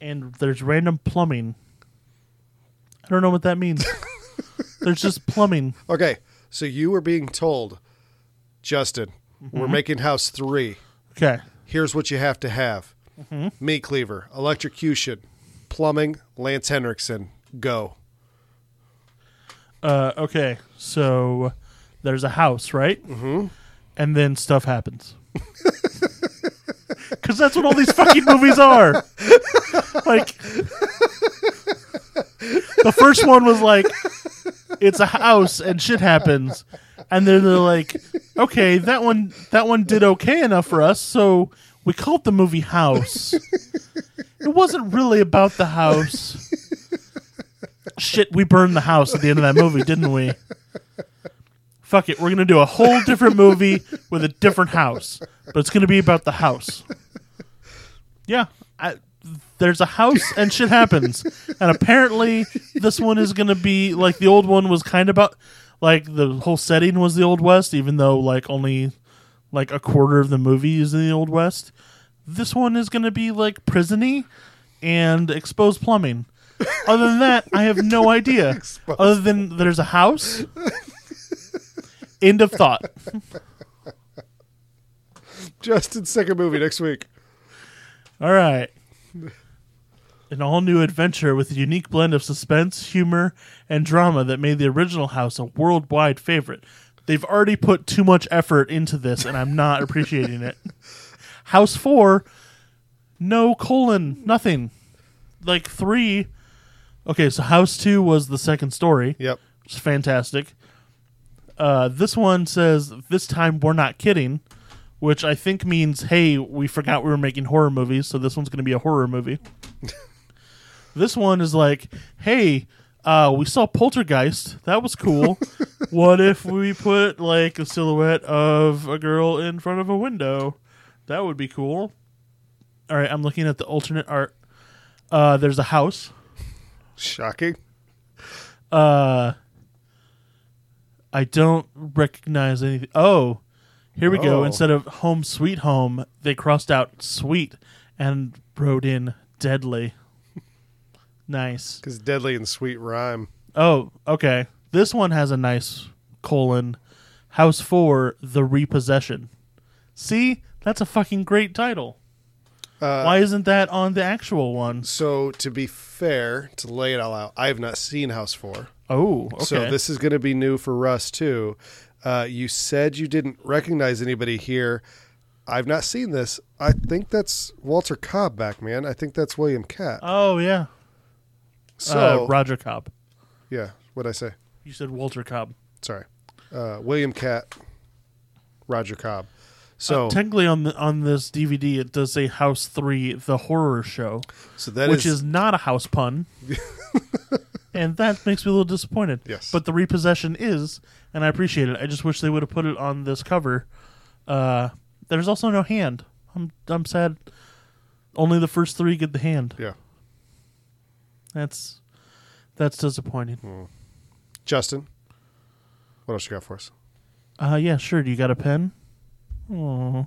And there's random plumbing. I don't know what that means. there's just plumbing.
Okay, so you were being told, Justin, we're
Mm-hmm.
making House Three.
Okay.
Here's what you have to have: meat cleaver, electrocution, plumbing, Lance Henriksen. Go.
Uh, okay, so there's a house, right? Mm-hmm. And then stuff happens. <laughs> Because that's what all these fucking movies are. like, the first one was like, it's a house and shit happens, and then they're like, okay, that one that one did okay enough for us, so we called the movie House. It wasn't really about the house shit, we burned the house at the end of that movie, didn't we? Fuck it, we're gonna do a whole different movie with a different house, but it's gonna be about the house. Yeah, I, there's a house and shit happens, and apparently this one is gonna be like the old one was kind of about like the whole setting was the old west, even though like only like a quarter of the movie is in the old west. This one is gonna be like prisony and exposed plumbing. Other than that, I have no idea. Other than there's a house. End of thought.
Justin's second movie next week.
All right. An all new adventure with a unique blend of suspense, humor, and drama that made the original house a worldwide favorite. They've already put too much effort into this, and I'm not appreciating it. House 4, no colon, nothing. Like 3. Okay, so House 2 was the second story.
Yep.
It's fantastic. Uh, this one says, This time we're not kidding, which I think means, Hey, we forgot we were making horror movies, so this one's going to be a horror movie. this one is like, Hey, uh, we saw Poltergeist. That was cool. what if we put like a silhouette of a girl in front of a window? That would be cool. All right, I'm looking at the alternate art. Uh, there's a house.
Shocking.
Uh, I don't recognize anything. Oh, here we
Oh.
go. Instead of home sweet home, they crossed out sweet and wrote in
<laughs>
deadly. nice.
Because deadly and sweet rhyme.
Oh, okay. This one has a nice colon. House 4, The Repossession. See? That's a fucking great title.
Uh,
Why isn't that on the actual one?
So to be fair, to lay it all out, I have not seen House Four,
Oh, okay.
so this is going to be new for Russ too. Uh, you said you didn't recognize anybody here. I've not seen this. I think that's Walter Cobb back, man. I think that's William Cat.
oh, yeah.
so
uh, Roger Cobb.
yeah, what I say?
You said Walter Cobb.
Sorry, uh, William Cat, Roger Cobb. So
technically on the, on this DVD it does say House 3 the horror show,
so that
which
is
is, not a house
<laughs>
pun. and that makes me a little disappointed.
Yes.
But the repossession is and I appreciate it. I just wish they would have put it on this cover. Uh there's also no hand. I'm I'm sad only the first 3 get the hand.
yeah.
That's that's
Hmm.
disappointing.
Justin, what else you got for us?
Uh yeah, sure. Do you got a pen? Oh.